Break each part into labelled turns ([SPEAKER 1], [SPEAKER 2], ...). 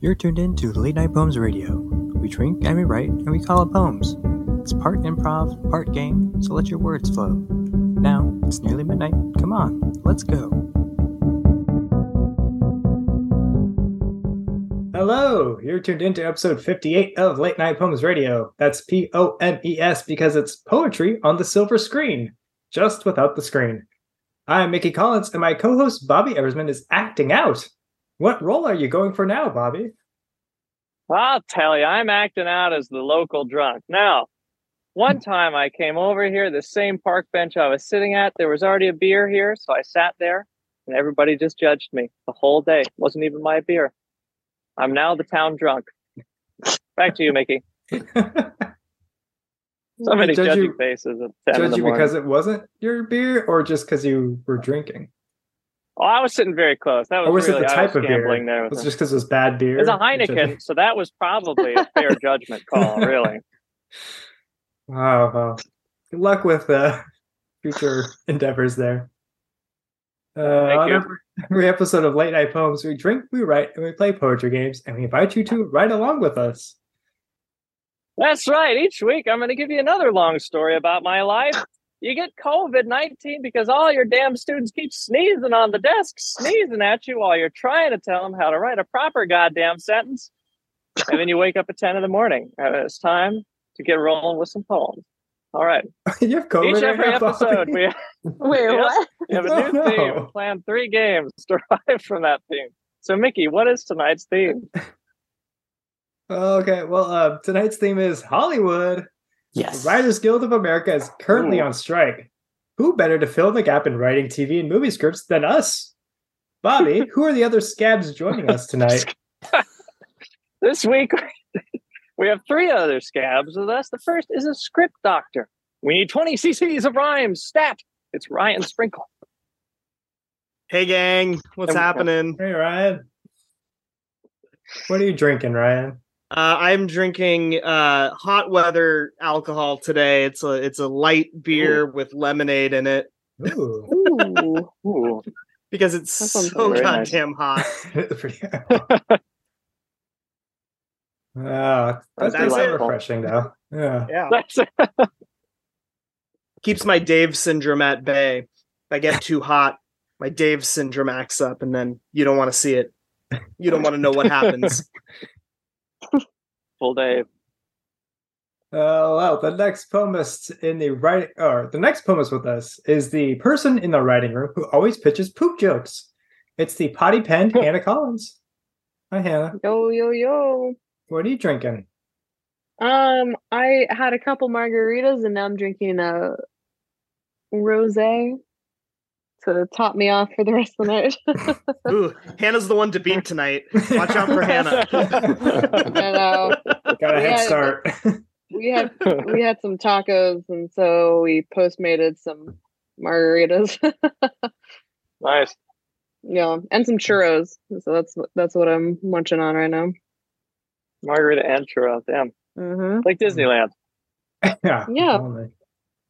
[SPEAKER 1] You're tuned in to Late Night Poems Radio. We drink and we write and we call it poems. It's part improv, part game, so let your words flow. Now, it's nearly midnight. Come on, let's go. Hello, you're tuned into episode 58 of Late Night Poems Radio. That's P O M E S because it's poetry on the silver screen, just without the screen. I'm Mickey Collins, and my co host Bobby Eversman is acting out. What role are you going for now, Bobby?
[SPEAKER 2] I'll tell you, I'm acting out as the local drunk. Now, one time I came over here, the same park bench I was sitting at, there was already a beer here, so I sat there and everybody just judged me the whole day. It wasn't even my beer. I'm now the town drunk. Back to you, Mickey. So many
[SPEAKER 1] Judge
[SPEAKER 2] judging
[SPEAKER 1] you-
[SPEAKER 2] faces at
[SPEAKER 1] Judge
[SPEAKER 2] 10 in the
[SPEAKER 1] you
[SPEAKER 2] morning.
[SPEAKER 1] because it wasn't your beer or just because you were drinking?
[SPEAKER 2] Oh, I was sitting very close. That was,
[SPEAKER 1] Or was it
[SPEAKER 2] really,
[SPEAKER 1] the
[SPEAKER 2] I
[SPEAKER 1] type
[SPEAKER 2] was
[SPEAKER 1] of beer?
[SPEAKER 2] gambling there. with
[SPEAKER 1] It's
[SPEAKER 2] him.
[SPEAKER 1] just because it was bad beer.
[SPEAKER 2] It's a
[SPEAKER 1] You're judging-
[SPEAKER 2] Heineken, so that was probably a fair judgment call, really.
[SPEAKER 1] Oh, well. Good luck with uh, future endeavors there. Uh,
[SPEAKER 2] Thank
[SPEAKER 1] on
[SPEAKER 2] you.
[SPEAKER 1] Every, every episode of Late Night Poems, we drink, we write, and we play poetry games, and we invite you to write along with us.
[SPEAKER 2] That's right. Each week, I'm going to give you another long story about my life. You get COVID 19 because all your damn students keep sneezing on the desk, sneezing at you while you're trying to tell them how to write a proper goddamn sentence. And then you wake up at 10 in the morning. Uh, It's time to get rolling with some poems. All right.
[SPEAKER 1] you have COVID
[SPEAKER 2] Each
[SPEAKER 1] right
[SPEAKER 2] every
[SPEAKER 1] now, Bobby?
[SPEAKER 2] episode, we
[SPEAKER 3] Wait,
[SPEAKER 2] Yep.
[SPEAKER 3] what?
[SPEAKER 2] We have
[SPEAKER 1] Oh,
[SPEAKER 2] a new theme.
[SPEAKER 1] no.
[SPEAKER 2] We planned three games derived from that theme. So, Mickey, what is tonight's theme?
[SPEAKER 1] Okay, well, uh, tonight's theme is Hollywood. The
[SPEAKER 4] Yes.
[SPEAKER 1] Writers Guild of America is currently
[SPEAKER 2] Ooh.
[SPEAKER 1] on strike. Who better to fill the gap in writing TV and movie scripts than us? Bobby, who are the other scabs joining us tonight?
[SPEAKER 2] This week, we have three other scabs with us. The first is a script doctor. We need 20 cc's of rhymes. Stat. It's Ryan Sprinkle.
[SPEAKER 4] Hey, gang. What's
[SPEAKER 2] And-
[SPEAKER 4] happening?
[SPEAKER 1] Hey, Ryan. What are you drinking, Ryan?
[SPEAKER 4] Uh, I'm drinking uh, hot weather alcohol today. It's a it's a light beer with lemonade in it
[SPEAKER 1] Ooh,
[SPEAKER 3] Ooh.
[SPEAKER 2] Ooh.
[SPEAKER 4] because it's
[SPEAKER 3] That sounds
[SPEAKER 4] so
[SPEAKER 2] very nice.
[SPEAKER 4] goddamn hot.
[SPEAKER 1] pretty. Ah, that's,
[SPEAKER 2] That's
[SPEAKER 1] pretty
[SPEAKER 2] delightful.
[SPEAKER 1] refreshing, though. Yeah.
[SPEAKER 4] Yeah,
[SPEAKER 2] That's
[SPEAKER 4] keeps my Dave syndrome at bay. If I get too hot, my Dave syndrome acts up, and then you don't want to see it. You don't want to know what happens.
[SPEAKER 2] full day.
[SPEAKER 1] Uh, well, the next poemist in the writing, or the next poemist with us is the person in the writing room who always pitches poop jokes. It's the potty pen Hannah Collins. Hi, Hannah.
[SPEAKER 3] Yo, yo, yo.
[SPEAKER 1] What are you drinking?
[SPEAKER 3] Um, I had a couple margaritas and now I'm drinking a rosé to top me off for the rest of the night.
[SPEAKER 4] Ooh, Hannah's the one to beat tonight. Watch out for Hannah.
[SPEAKER 1] Got
[SPEAKER 3] and uh,
[SPEAKER 1] a head
[SPEAKER 3] Yeah.
[SPEAKER 1] start.
[SPEAKER 3] we had we had some tacos and so we postmated some margaritas.
[SPEAKER 2] Nice.
[SPEAKER 3] yeah, and some churros. So that's what- that's what I'm munching on right now.
[SPEAKER 2] Margarita and churro. Damn.
[SPEAKER 3] Mm-hmm.
[SPEAKER 2] Like Disneyland.
[SPEAKER 1] yeah.
[SPEAKER 3] Yeah.
[SPEAKER 1] Only.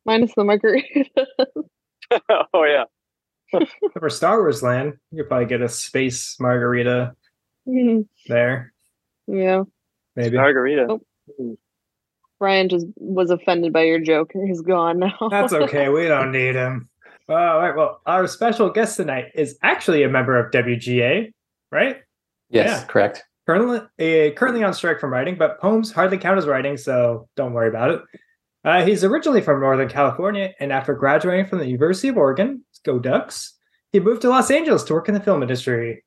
[SPEAKER 3] Minus the margarita.
[SPEAKER 2] oh, yeah.
[SPEAKER 1] For Star Wars land, you could probably get a space margarita
[SPEAKER 3] Mhm.
[SPEAKER 1] there.
[SPEAKER 3] yeah.
[SPEAKER 1] Maybe.
[SPEAKER 2] Margarita.
[SPEAKER 4] Oh.
[SPEAKER 3] Ryan just was offended by your joke. He's gone now.
[SPEAKER 1] That's okay. We don't need him. All right. Well, our special guest tonight is actually a member of WGA, right?
[SPEAKER 5] Yes,
[SPEAKER 1] Yeah.
[SPEAKER 5] correct.
[SPEAKER 1] Currently, uh, currently on strike from writing, but poems hardly count as writing, so don't worry about it. Uh, he's originally from Northern California, and after graduating from the University of Oregon, go Ducks, he moved to Los Angeles to work in the film industry.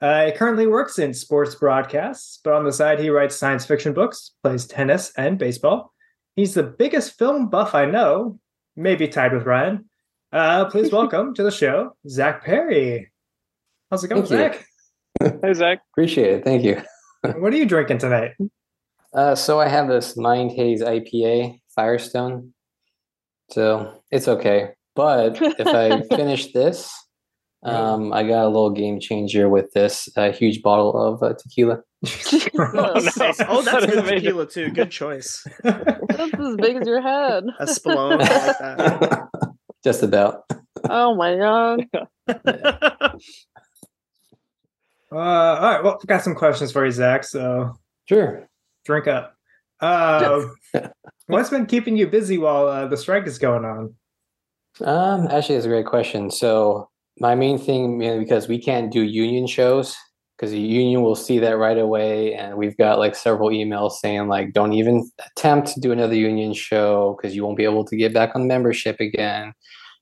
[SPEAKER 1] Uh, he currently works in sports broadcasts, but on the side, he writes science fiction books, plays tennis and baseball. He's the biggest film buff I know, maybe tied with Ryan. Uh, please welcome to the show, Zach Perry. How's it going,
[SPEAKER 5] Thank
[SPEAKER 1] Zach?
[SPEAKER 2] Hey, Zach.
[SPEAKER 5] Appreciate it. Thank you.
[SPEAKER 1] What are you drinking tonight?
[SPEAKER 5] Uh, so I have this Mind Haze IPA Firestone. So it's okay. But if I finish this, um, I got a little game changer with this uh, huge bottle of uh, tequila.
[SPEAKER 1] Uh,
[SPEAKER 2] Oh, no.
[SPEAKER 4] Nice. Oh, that's good
[SPEAKER 2] amazing.
[SPEAKER 4] tequila too. Good choice.
[SPEAKER 3] That's as big as your head.
[SPEAKER 4] A Spallone. I like that.
[SPEAKER 5] Just about.
[SPEAKER 3] Oh my god.
[SPEAKER 4] I
[SPEAKER 1] Uh, all right. Well, I've got some questions for you, Zach. So
[SPEAKER 5] Sure.
[SPEAKER 1] drink up. Uh, what's been keeping you busy while uh, the strike is going on?
[SPEAKER 5] Um, actually, that's a great question. So my main thing, you know, because we can't do union shows because the union will see that right away, and we've got like several emails saying like, don't even attempt to do another union show because you won't be able to get back on membership again.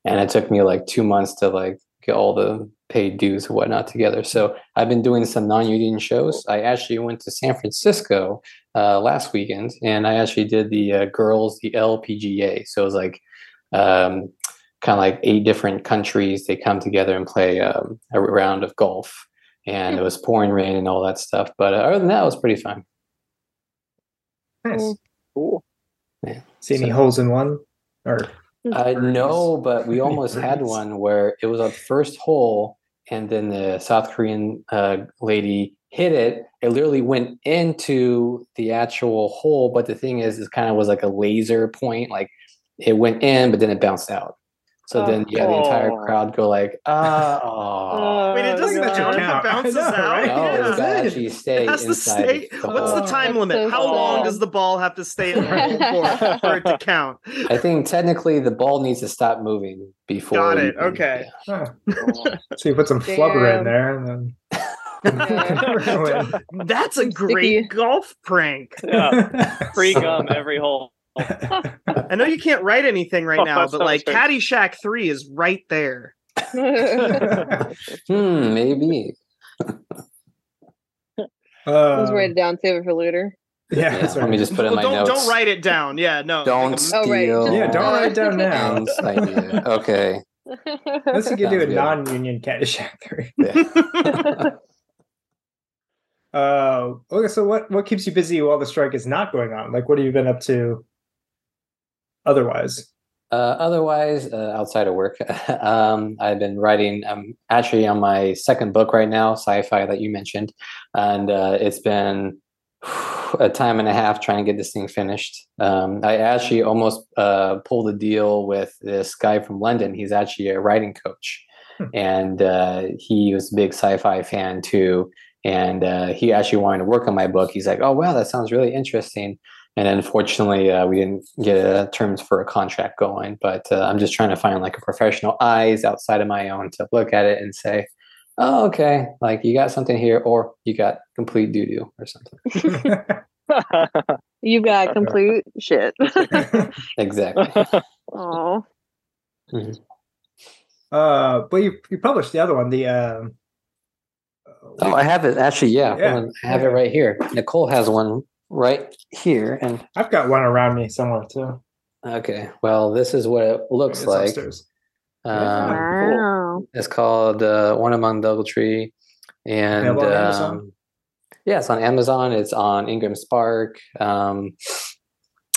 [SPEAKER 5] And it took me like two months to like get all the paid dues and whatnot together. So I've been doing some non-union shows. I actually went to San Francisco uh, last weekend, and I actually did the uh, girls, the LPGA. So it was like um, kind of like eight different countries. They come together and play um, a round of golf, and it was pouring rain and all that stuff. But uh, other than that, it was pretty fun.
[SPEAKER 1] Nice.
[SPEAKER 3] Mm.
[SPEAKER 2] Cool.
[SPEAKER 1] See any
[SPEAKER 5] So-
[SPEAKER 1] holes in one? Or
[SPEAKER 5] I
[SPEAKER 1] Birdies.
[SPEAKER 5] know, but we almost had
[SPEAKER 1] Birdies.
[SPEAKER 5] one where it was a first hole, and then the South Korean uh, lady hit it. It literally went into the actual hole, but the thing is, it kind of was like a laser point. Like it went in, but then it bounced out. So then, yeah, the entire
[SPEAKER 2] Oh.
[SPEAKER 5] crowd go like, "Ah, aw."
[SPEAKER 4] Wait, it
[SPEAKER 3] Oh,
[SPEAKER 4] doesn't
[SPEAKER 1] God.
[SPEAKER 4] count if
[SPEAKER 1] Count.
[SPEAKER 4] it bounces
[SPEAKER 1] I know,
[SPEAKER 4] out.
[SPEAKER 1] right?
[SPEAKER 5] no,
[SPEAKER 1] Yeah.
[SPEAKER 5] Oh, it's got to
[SPEAKER 1] good.
[SPEAKER 5] actually stay
[SPEAKER 4] It has to
[SPEAKER 5] inside.
[SPEAKER 4] stay.
[SPEAKER 5] the
[SPEAKER 4] What's the
[SPEAKER 5] hole.
[SPEAKER 4] time
[SPEAKER 3] That's
[SPEAKER 4] limit?
[SPEAKER 3] so
[SPEAKER 4] How long
[SPEAKER 3] sad.
[SPEAKER 4] does the ball have to stay in the hole for, for it to count?
[SPEAKER 5] I think technically the ball needs to stop moving before.
[SPEAKER 4] Got
[SPEAKER 5] you
[SPEAKER 4] it,
[SPEAKER 5] can-
[SPEAKER 4] okay.
[SPEAKER 5] yeah.
[SPEAKER 1] ah, so you put some flubber in
[SPEAKER 3] Damn.
[SPEAKER 1] there, and then
[SPEAKER 4] Yeah. That's a
[SPEAKER 3] Sticky.
[SPEAKER 4] great golf prank.
[SPEAKER 2] Yeah. Free gum every hole.
[SPEAKER 4] I know you can't write anything right
[SPEAKER 2] Oh,
[SPEAKER 4] now,
[SPEAKER 2] that
[SPEAKER 4] but like
[SPEAKER 2] sounds
[SPEAKER 4] Caddyshack 3 is right there.
[SPEAKER 5] Hmm, maybe.
[SPEAKER 3] I was
[SPEAKER 1] Um,
[SPEAKER 3] write it down, save it for later.
[SPEAKER 1] Yeah,
[SPEAKER 5] Yeah,
[SPEAKER 1] that's
[SPEAKER 5] let
[SPEAKER 1] right.
[SPEAKER 5] me just put in
[SPEAKER 4] Well,
[SPEAKER 5] my
[SPEAKER 4] don't
[SPEAKER 5] notes.
[SPEAKER 4] don't write it down. Yeah, no.
[SPEAKER 5] Don't
[SPEAKER 4] Like a-
[SPEAKER 5] steal.
[SPEAKER 3] Oh, right, just-
[SPEAKER 1] yeah, don't write it down now.
[SPEAKER 5] Anne's idea. Okay.
[SPEAKER 1] Unless you could do
[SPEAKER 5] Sounds
[SPEAKER 1] a
[SPEAKER 5] good.
[SPEAKER 1] non-union Caddyshack three.
[SPEAKER 5] Yeah.
[SPEAKER 1] Uh, okay, so what what keeps you busy while the strike is not going on? Like, what have you been up to otherwise?
[SPEAKER 5] uh, otherwise, uh, outside of work, um, I've been writing. I'm actually on my second book right now, sci-fi that you mentioned, and uh, it's been a time and a half trying to get this thing finished. Um, I actually almost uh, pulled a deal with this guy from London. He's actually a writing coach,
[SPEAKER 1] Hmm.
[SPEAKER 5] and uh, he was a big sci-fi fan too. And uh, he actually wanted to work on my book. He's like, "Oh wow, that sounds really interesting." And unfortunately, uh, we didn't get uh, terms for a contract going. But uh, I'm just trying to find like a professional eyes outside of my own to look at it and say, "Oh, okay, like you got something here, or you got complete doo doo or something."
[SPEAKER 1] Uh,
[SPEAKER 3] you got complete shit.
[SPEAKER 5] Exactly.
[SPEAKER 3] Oh,
[SPEAKER 1] uh, but you you published the other one, the um,
[SPEAKER 5] Oh, I have it actually. Yeah,
[SPEAKER 1] Yeah.
[SPEAKER 5] hold on, I have it right here. Nicole has one right here, and
[SPEAKER 1] I've got one around me somewhere too.
[SPEAKER 5] okay. Well, this is what it looks
[SPEAKER 1] It's
[SPEAKER 5] like.
[SPEAKER 1] upstairs.
[SPEAKER 5] Um,
[SPEAKER 3] wow.
[SPEAKER 5] it's called uh, One Among Doubletree, and
[SPEAKER 1] Available on Amazon?
[SPEAKER 5] um, yeah, it's on Amazon. It's on Ingram Spark. Um,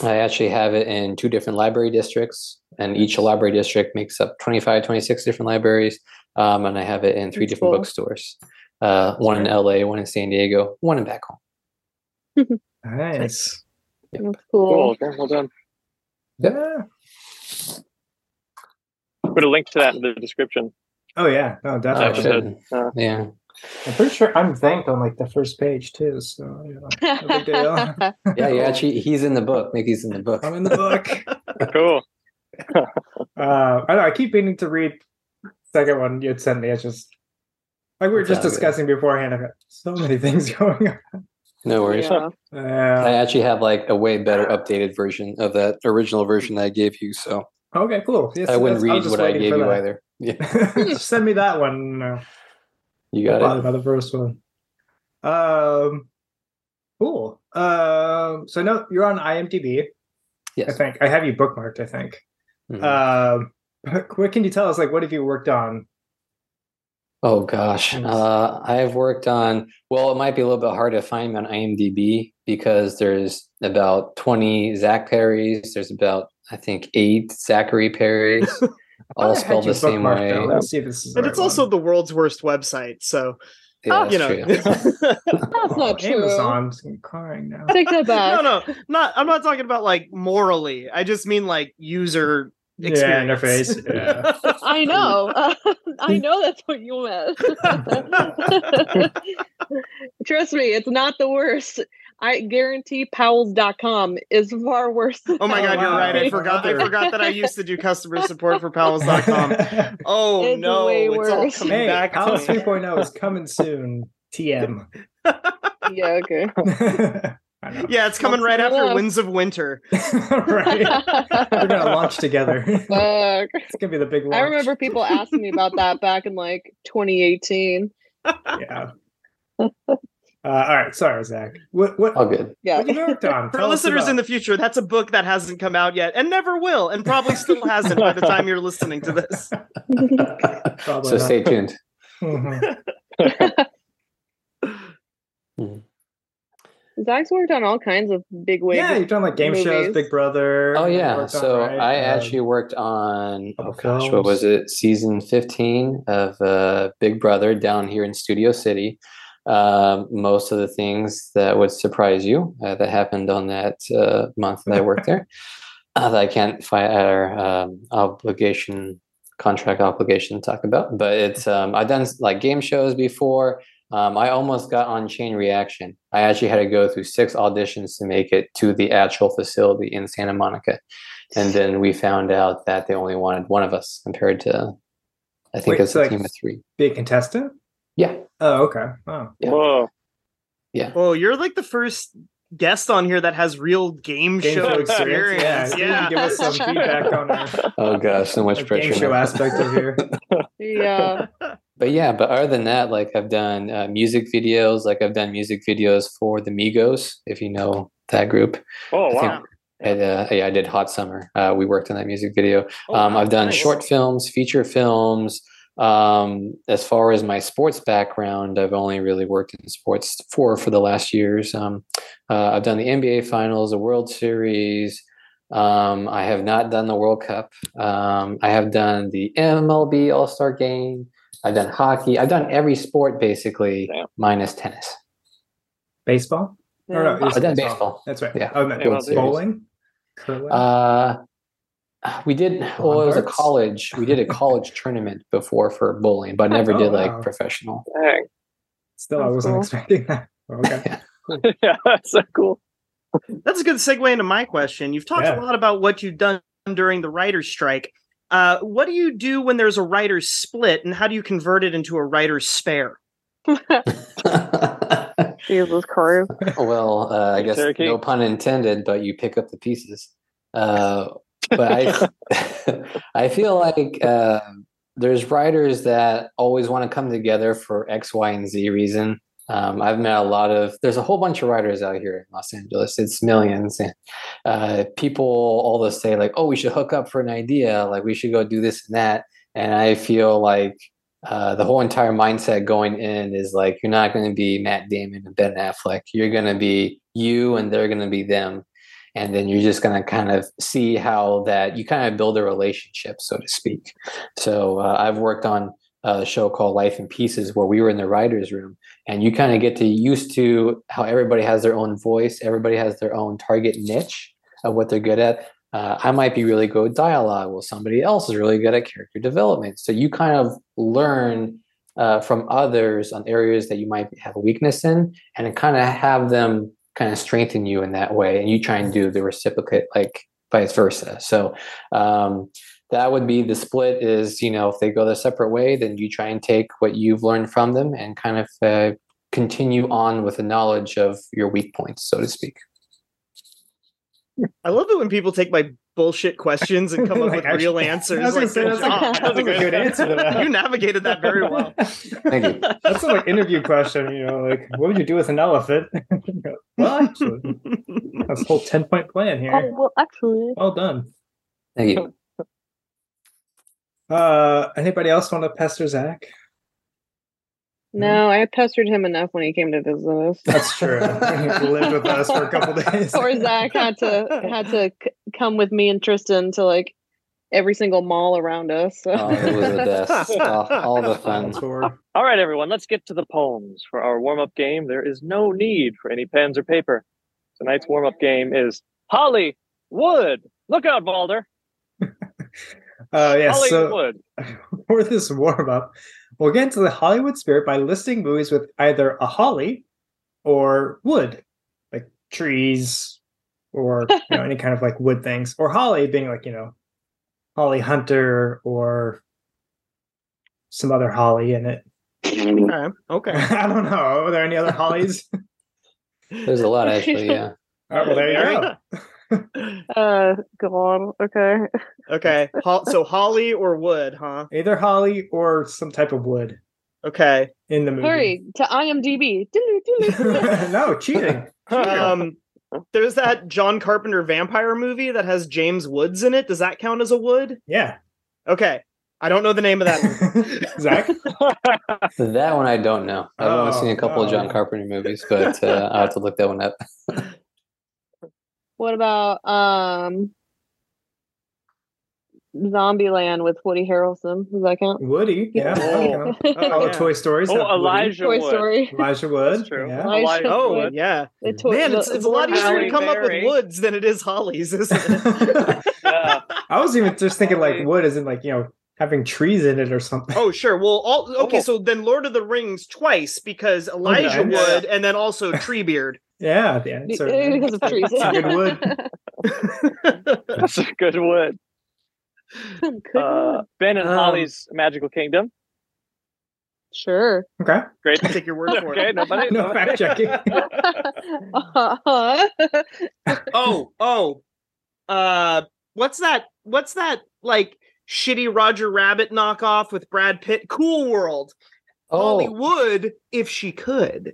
[SPEAKER 5] I actually have it in two different library districts, and each library district makes up 25, 26 different libraries. Um, and I have it in three
[SPEAKER 3] That's
[SPEAKER 5] different
[SPEAKER 3] cool.
[SPEAKER 5] bookstores uh, one in LA, one in San Diego, one in back home.
[SPEAKER 1] Nice.
[SPEAKER 3] That's cool.
[SPEAKER 2] cool. Okay, well done.
[SPEAKER 1] Yeah.
[SPEAKER 2] Put a link to that in the description.
[SPEAKER 1] Oh yeah. No,
[SPEAKER 5] Oh,
[SPEAKER 1] definitely.
[SPEAKER 2] Episode.
[SPEAKER 5] shit.
[SPEAKER 2] Yeah.
[SPEAKER 5] Yeah.
[SPEAKER 1] I'm pretty sure I'm thanked on like the first page too. So you know, no big deal.
[SPEAKER 5] Yeah, yeah, actually, he's in the book. Mickey's in the book.
[SPEAKER 1] I'm in the book.
[SPEAKER 2] Cool.
[SPEAKER 1] Uh, I know. I keep meaning to read the second one you'd sent me. It's just like we were
[SPEAKER 5] It's
[SPEAKER 1] just
[SPEAKER 5] all good.
[SPEAKER 1] discussing beforehand. I've got so many things going on. Uh,
[SPEAKER 5] No worries.
[SPEAKER 3] Yeah.
[SPEAKER 5] I
[SPEAKER 1] Yeah.
[SPEAKER 5] actually have like a way better updated version of that original version that I gave you, so
[SPEAKER 1] okay. Cool. Yes,
[SPEAKER 5] I
[SPEAKER 1] that's-
[SPEAKER 5] wouldn't
[SPEAKER 1] was
[SPEAKER 5] read
[SPEAKER 1] just
[SPEAKER 5] what I
[SPEAKER 1] waiting
[SPEAKER 5] gave
[SPEAKER 1] for
[SPEAKER 5] you
[SPEAKER 1] that.
[SPEAKER 5] either. Yeah,
[SPEAKER 1] Just send me that one. Uh,
[SPEAKER 5] you got
[SPEAKER 1] I'll bother
[SPEAKER 5] it.
[SPEAKER 1] by the first one. Um. Cool. Um. So no, you're on IMDb. I
[SPEAKER 5] Yes.
[SPEAKER 1] think I have you bookmarked. I think.
[SPEAKER 5] Mhm.
[SPEAKER 1] Um, what can you tell us? Like, what have you worked on?
[SPEAKER 5] Oh gosh,
[SPEAKER 1] Yes.
[SPEAKER 5] uh, I've worked on. Well, it might be a little bit hard to find me on IMDb because there's about twenty Zach Perrys. There's about I think eight Zachary Perrys, all
[SPEAKER 1] I had
[SPEAKER 5] spelled
[SPEAKER 1] you
[SPEAKER 5] the same
[SPEAKER 1] bookmarked,
[SPEAKER 5] way.
[SPEAKER 1] though. Let's see if this is. the
[SPEAKER 4] But
[SPEAKER 1] right
[SPEAKER 4] it's also
[SPEAKER 1] one.
[SPEAKER 4] the world's worst website, so
[SPEAKER 1] Oh,
[SPEAKER 5] Yeah,
[SPEAKER 4] you
[SPEAKER 5] that's
[SPEAKER 4] know.
[SPEAKER 5] true.
[SPEAKER 3] That's not true.
[SPEAKER 1] Amazon's crying now.
[SPEAKER 3] Take that back.
[SPEAKER 4] no, no, not. I'm not talking about like morally. I just mean like user
[SPEAKER 1] Yeah, in their face. Yeah.
[SPEAKER 3] I know. Uh, I know that's what you meant. Trust me, it's not the worst. I guarantee Powell's.com is far worse. Than
[SPEAKER 4] Oh my god, you're right. I forgot. I forgot that I used to do customer support for Pals.com. Oh
[SPEAKER 3] It's
[SPEAKER 4] no,
[SPEAKER 3] way
[SPEAKER 4] it's all
[SPEAKER 3] worse.
[SPEAKER 4] coming
[SPEAKER 1] hey,
[SPEAKER 4] back.
[SPEAKER 1] Palace
[SPEAKER 4] to me.
[SPEAKER 1] 3.0 is coming soon. TM.
[SPEAKER 3] yeah, okay.
[SPEAKER 1] I know.
[SPEAKER 4] Yeah, it's coming right
[SPEAKER 3] Once
[SPEAKER 4] after
[SPEAKER 3] again.
[SPEAKER 4] Winds of Winter.
[SPEAKER 1] right. We're gonna launch together. it's
[SPEAKER 3] Fuck.
[SPEAKER 1] gonna be the big launch.
[SPEAKER 3] I remember people asking me about that back in like 2018.
[SPEAKER 1] Yeah. Uh, all right. Sorry, Zach. What what,
[SPEAKER 5] All good.
[SPEAKER 3] Yeah.
[SPEAKER 1] what you worked on?
[SPEAKER 4] For
[SPEAKER 1] Tell us
[SPEAKER 4] listeners in
[SPEAKER 1] about-
[SPEAKER 4] the future, that's a book that hasn't come out yet and never will, and probably still hasn't by the time you're listening to this.
[SPEAKER 1] Probably
[SPEAKER 5] so
[SPEAKER 1] not.
[SPEAKER 5] stay tuned.
[SPEAKER 1] Mhm.
[SPEAKER 3] Zach's worked on all kinds of big wigs.
[SPEAKER 1] Yeah, you've done like game shows,
[SPEAKER 3] movies.
[SPEAKER 1] Big Brother.
[SPEAKER 5] Oh
[SPEAKER 1] you
[SPEAKER 5] yeah,
[SPEAKER 1] worked on,
[SPEAKER 5] so
[SPEAKER 1] right?
[SPEAKER 5] I
[SPEAKER 1] Uh,
[SPEAKER 5] actually worked on oh
[SPEAKER 1] couple
[SPEAKER 5] gosh, what was it? Season fifteen of uh, Big Brother down here in Studio City. Um, most of the things that would surprise you uh, that happened on that uh, month that I worked there uh, that I can't find our um, obligation contract obligation to talk about, but it's um, I've done like game shows before. Um, I almost got on Chain Reaction. I actually had to go through six auditions to make it to the actual facility in Santa Monica and then we found out that they only wanted one of us compared to I think
[SPEAKER 1] Wait,
[SPEAKER 5] it's
[SPEAKER 1] so
[SPEAKER 5] a
[SPEAKER 1] like-
[SPEAKER 5] team of three.
[SPEAKER 1] be a contestant.
[SPEAKER 5] Yeah.
[SPEAKER 1] Oh, okay. Oh,
[SPEAKER 5] Yeah.
[SPEAKER 2] Whoa.
[SPEAKER 4] Oh, you're like the first guest on here that has real game,
[SPEAKER 1] game
[SPEAKER 4] show,
[SPEAKER 1] show
[SPEAKER 4] experience.
[SPEAKER 1] experience. Yeah, you
[SPEAKER 4] Yeah.
[SPEAKER 1] can give us some feedback on our,
[SPEAKER 5] Oh gosh, so much
[SPEAKER 1] our
[SPEAKER 5] pressure.
[SPEAKER 1] game show
[SPEAKER 5] now.
[SPEAKER 1] aspect of here.
[SPEAKER 3] Yeah.
[SPEAKER 5] But yeah, but other than that, like I've done uh, music videos. Like I've done music videos for the Migos, if you know that group.
[SPEAKER 2] Oh
[SPEAKER 5] I
[SPEAKER 2] wow.
[SPEAKER 5] think- And uh, yeah, I did Hot Summer. Uh, we worked on that music video.
[SPEAKER 4] Oh,
[SPEAKER 5] Um, I've done
[SPEAKER 4] nice.
[SPEAKER 5] short films, feature films. Um, as far as my sports background, I've only really worked in sports for for the last years. Um, uh, I've done the NBA Finals, the World Series. Um, I have not done the World Cup. Um, I have done the MLB All Star Game. I've done hockey. I've done every sport basically,
[SPEAKER 2] Damn.
[SPEAKER 5] minus tennis.
[SPEAKER 1] Baseball? Or no,
[SPEAKER 3] Yeah.
[SPEAKER 1] it's
[SPEAKER 5] I've done baseball.
[SPEAKER 1] That's right.
[SPEAKER 5] Yeah.
[SPEAKER 1] Oh, no,
[SPEAKER 2] World
[SPEAKER 5] Series.
[SPEAKER 1] bowling, curling.
[SPEAKER 5] Uh, we did. Well, it was a
[SPEAKER 1] Lombards?
[SPEAKER 5] college. We did a college tournament before for bowling, but I never
[SPEAKER 1] Oh,
[SPEAKER 5] did like
[SPEAKER 1] wow.
[SPEAKER 5] professional.
[SPEAKER 2] Dang.
[SPEAKER 1] Still, I
[SPEAKER 3] That's
[SPEAKER 1] wasn't
[SPEAKER 3] cool.
[SPEAKER 1] expecting that. Okay.
[SPEAKER 2] yeah, that's so cool.
[SPEAKER 4] That's a good segue into my question. You've talked
[SPEAKER 1] Yeah.
[SPEAKER 4] a lot about what you've done during the writer's strike. Uh, what do you do when there's a writer's split, and how do you convert it into a writer's spare?
[SPEAKER 3] Jesus, Corey.
[SPEAKER 5] well, uh, I guess
[SPEAKER 2] Turkey.
[SPEAKER 5] no pun intended, but you pick up the pieces. Uh, but I, I feel like uh, there's writers that always want to come together for X, Y, and Z reason. Um, I've met a lot of. There's a whole bunch of writers out here in Los Angeles. It's millions, and uh, people always say like, "Oh, we should hook up for an idea. Like, we should go do this and that." And I feel like uh, the whole entire mindset going in is like you're not going to be Matt Damon and Ben Affleck. You're going to be you, and they're going to be them, and then you're just going to kind of see how that you kind of build a relationship, so to speak. So uh, I've worked on a show called Life in Pieces where we were in the writers' room, and you kind of get to used to how everybody has their own voice, everybody has their own target niche of what they're good at uh, I might be really good at dialogue. Well, somebody else is really good at character development. So you kind of learn uh, from others on areas that you might have a weakness in, and kind of have them kind of strengthen you in that way. And you try and do the reciprocate, like vice versa. So um, that would be the split. Is you know if they go their separate way, then you try and take what you've learned from them and kind of uh, continue on with the knowledge of your weak points, so to speak.
[SPEAKER 4] I love it when people take my bullshit questions and come up
[SPEAKER 1] Like,
[SPEAKER 4] with
[SPEAKER 1] actually-
[SPEAKER 4] real
[SPEAKER 1] I
[SPEAKER 4] answers.
[SPEAKER 1] was gonna
[SPEAKER 4] Like,
[SPEAKER 1] say,
[SPEAKER 4] good
[SPEAKER 1] that's
[SPEAKER 3] like-
[SPEAKER 4] job.
[SPEAKER 3] that
[SPEAKER 1] was a good uh, answer to that.
[SPEAKER 4] You navigated that very well.
[SPEAKER 5] Thank you.
[SPEAKER 1] That's like interview question, you know, like what would you do with an elephant? well, actually, that's a whole ten point plan
[SPEAKER 4] Oh,
[SPEAKER 1] here.
[SPEAKER 3] Oh, well, actually.
[SPEAKER 1] Well done.
[SPEAKER 5] Thank you.
[SPEAKER 1] Uh, anybody else want to pester Zach?
[SPEAKER 3] No, I pestered him enough when he came to visit us.
[SPEAKER 1] That's true. he lived with us for a couple days.
[SPEAKER 3] Poor Zach had to had to c- come with me and Tristan to like every single mall around us. So.
[SPEAKER 5] Oh, it was the best. all, all the
[SPEAKER 1] Final
[SPEAKER 5] fun.
[SPEAKER 1] tour.
[SPEAKER 2] All right, everyone, let's get to the poems for our warm up game. There is no need for any pens or paper. Tonight's warm up game is Holly Wood. Look out, Balder.
[SPEAKER 1] Uh, yeah, so
[SPEAKER 2] Hollywood.
[SPEAKER 1] for this warm up, we'll get into the Hollywood spirit by listing movies with either a holly or wood, like trees or you know, any kind of like wood things, or holly being like, you know, Holly Hunter or some other holly in it.
[SPEAKER 4] Okay. okay.
[SPEAKER 1] I don't know. Are there any other hollies?
[SPEAKER 5] There's a lot actually. Yeah.
[SPEAKER 1] All right, well, there you go.
[SPEAKER 3] Uh, go on. Okay.
[SPEAKER 4] Okay. Ho- so Holly or Wood, huh?
[SPEAKER 1] Either holly or some type of wood
[SPEAKER 4] Okay.
[SPEAKER 1] in the movie.
[SPEAKER 3] Hurry to IMDb. Doo-doo-doo-doo.
[SPEAKER 1] no, cheating.
[SPEAKER 4] Um, there's that John Carpenter vampire movie that has James Woods in it. Does that count as a wood?
[SPEAKER 1] Yeah.
[SPEAKER 4] Okay. I don't know the name of that. movie.
[SPEAKER 1] Zach?
[SPEAKER 2] Oh,
[SPEAKER 5] That one I don't know. I've only
[SPEAKER 1] Oh,
[SPEAKER 5] seen a couple of John
[SPEAKER 1] no.
[SPEAKER 5] Carpenter movies, but uh, I'll have to look that one up.
[SPEAKER 3] what about um, Zombieland with Woody Harrelson? Does that count?
[SPEAKER 1] Woody. Yeah.
[SPEAKER 4] Oh.
[SPEAKER 1] you know. Oh,
[SPEAKER 4] yeah.
[SPEAKER 1] Toy Stories.
[SPEAKER 2] Oh, Elijah
[SPEAKER 3] Toy
[SPEAKER 2] Wood.
[SPEAKER 3] Story.
[SPEAKER 1] Elijah Wood.
[SPEAKER 2] That's true.
[SPEAKER 1] Yeah.
[SPEAKER 2] Elijah
[SPEAKER 4] Oh
[SPEAKER 2] Wood.
[SPEAKER 4] yeah,
[SPEAKER 3] The toy,
[SPEAKER 4] man, it's,
[SPEAKER 3] the-
[SPEAKER 4] it's a lot
[SPEAKER 3] Lord
[SPEAKER 4] easier
[SPEAKER 2] Halle
[SPEAKER 4] to come up with
[SPEAKER 2] Berry.
[SPEAKER 4] woods than it is Hollies, isn't it?
[SPEAKER 2] Yeah.
[SPEAKER 1] I was even just thinking like
[SPEAKER 2] Holly.
[SPEAKER 1] wood isn't like, you know, having trees in it or something.
[SPEAKER 4] oh sure. Well, all okay.
[SPEAKER 2] Oh.
[SPEAKER 4] So then Lord of the Rings twice because Elijah
[SPEAKER 1] nice.
[SPEAKER 4] Wood and then also Treebeard.
[SPEAKER 1] Yeah, the answer.
[SPEAKER 3] Eh, because of trees.
[SPEAKER 1] It's a good wood.
[SPEAKER 2] That's a good wood.
[SPEAKER 3] Good
[SPEAKER 2] Uh,
[SPEAKER 3] wood.
[SPEAKER 2] ben and
[SPEAKER 4] Um,
[SPEAKER 2] Holly's Magical Kingdom.
[SPEAKER 3] Sure.
[SPEAKER 1] Okay.
[SPEAKER 2] Great.
[SPEAKER 4] I'll take your word for
[SPEAKER 2] Okay,
[SPEAKER 4] it.
[SPEAKER 2] nobody.
[SPEAKER 1] No fact checking.
[SPEAKER 3] Uh-huh.
[SPEAKER 4] Oh oh, uh, what's that? What's that like? Shitty Roger Rabbit knockoff with Brad Pitt. Cool World. Holly
[SPEAKER 5] Oh,
[SPEAKER 4] Would if she could.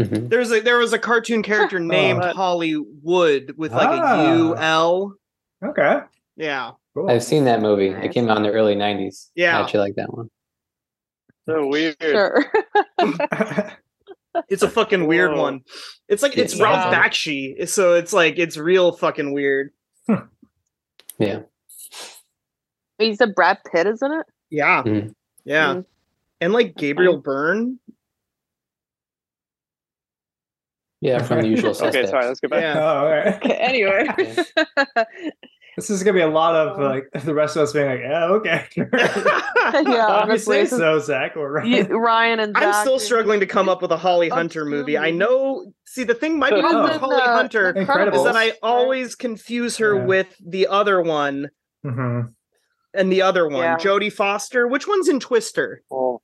[SPEAKER 5] mhm.
[SPEAKER 4] There's a there was a cartoon character named
[SPEAKER 1] Oh.
[SPEAKER 4] Holly Wood with like
[SPEAKER 1] Ah.
[SPEAKER 4] a U L.
[SPEAKER 1] Okay.
[SPEAKER 4] Yeah.
[SPEAKER 1] Cool.
[SPEAKER 5] I've seen that movie. It came out in the early '90s.
[SPEAKER 4] Yeah.
[SPEAKER 5] I actually like that one.
[SPEAKER 2] So weird.
[SPEAKER 3] sure.
[SPEAKER 4] It's a fucking weird
[SPEAKER 2] Whoa.
[SPEAKER 4] one. It's like it's
[SPEAKER 5] Yeah.
[SPEAKER 4] Ralph Bakshi, so it's like it's real fucking weird.
[SPEAKER 3] You said Brad Pitt is in it?
[SPEAKER 4] Yeah,
[SPEAKER 5] Mhm.
[SPEAKER 4] yeah,
[SPEAKER 3] Mm.
[SPEAKER 4] and like Gabriel Byrne.
[SPEAKER 5] Yeah, from the Usual Suspects.
[SPEAKER 2] Okay, sorry. Let's get back.
[SPEAKER 1] oh,
[SPEAKER 4] Yeah,
[SPEAKER 1] all right.
[SPEAKER 3] Okay, anyway.
[SPEAKER 1] This is gonna be a lot of like the rest of us being like, yeah, okay.
[SPEAKER 3] yeah,
[SPEAKER 1] you say
[SPEAKER 3] honestly. this is-
[SPEAKER 1] so, Zach. We're right.
[SPEAKER 3] you- Ryan and
[SPEAKER 4] I'm
[SPEAKER 3] Zach
[SPEAKER 4] still
[SPEAKER 3] and-
[SPEAKER 4] struggling to come up with a Holly
[SPEAKER 3] Oh,
[SPEAKER 4] Hunter movie.
[SPEAKER 3] dude.
[SPEAKER 4] I know. See, the thing my problem with
[SPEAKER 1] Oh.
[SPEAKER 4] Holly
[SPEAKER 3] Uh,
[SPEAKER 4] Hunter
[SPEAKER 1] Incredible.
[SPEAKER 4] is that I
[SPEAKER 3] Incredibles.
[SPEAKER 4] always confuse her
[SPEAKER 1] Yeah.
[SPEAKER 4] with the other one
[SPEAKER 1] Mhm.
[SPEAKER 4] and the other one,
[SPEAKER 3] Yeah.
[SPEAKER 4] Jodie Foster. Which one's in Twister?
[SPEAKER 2] Oh,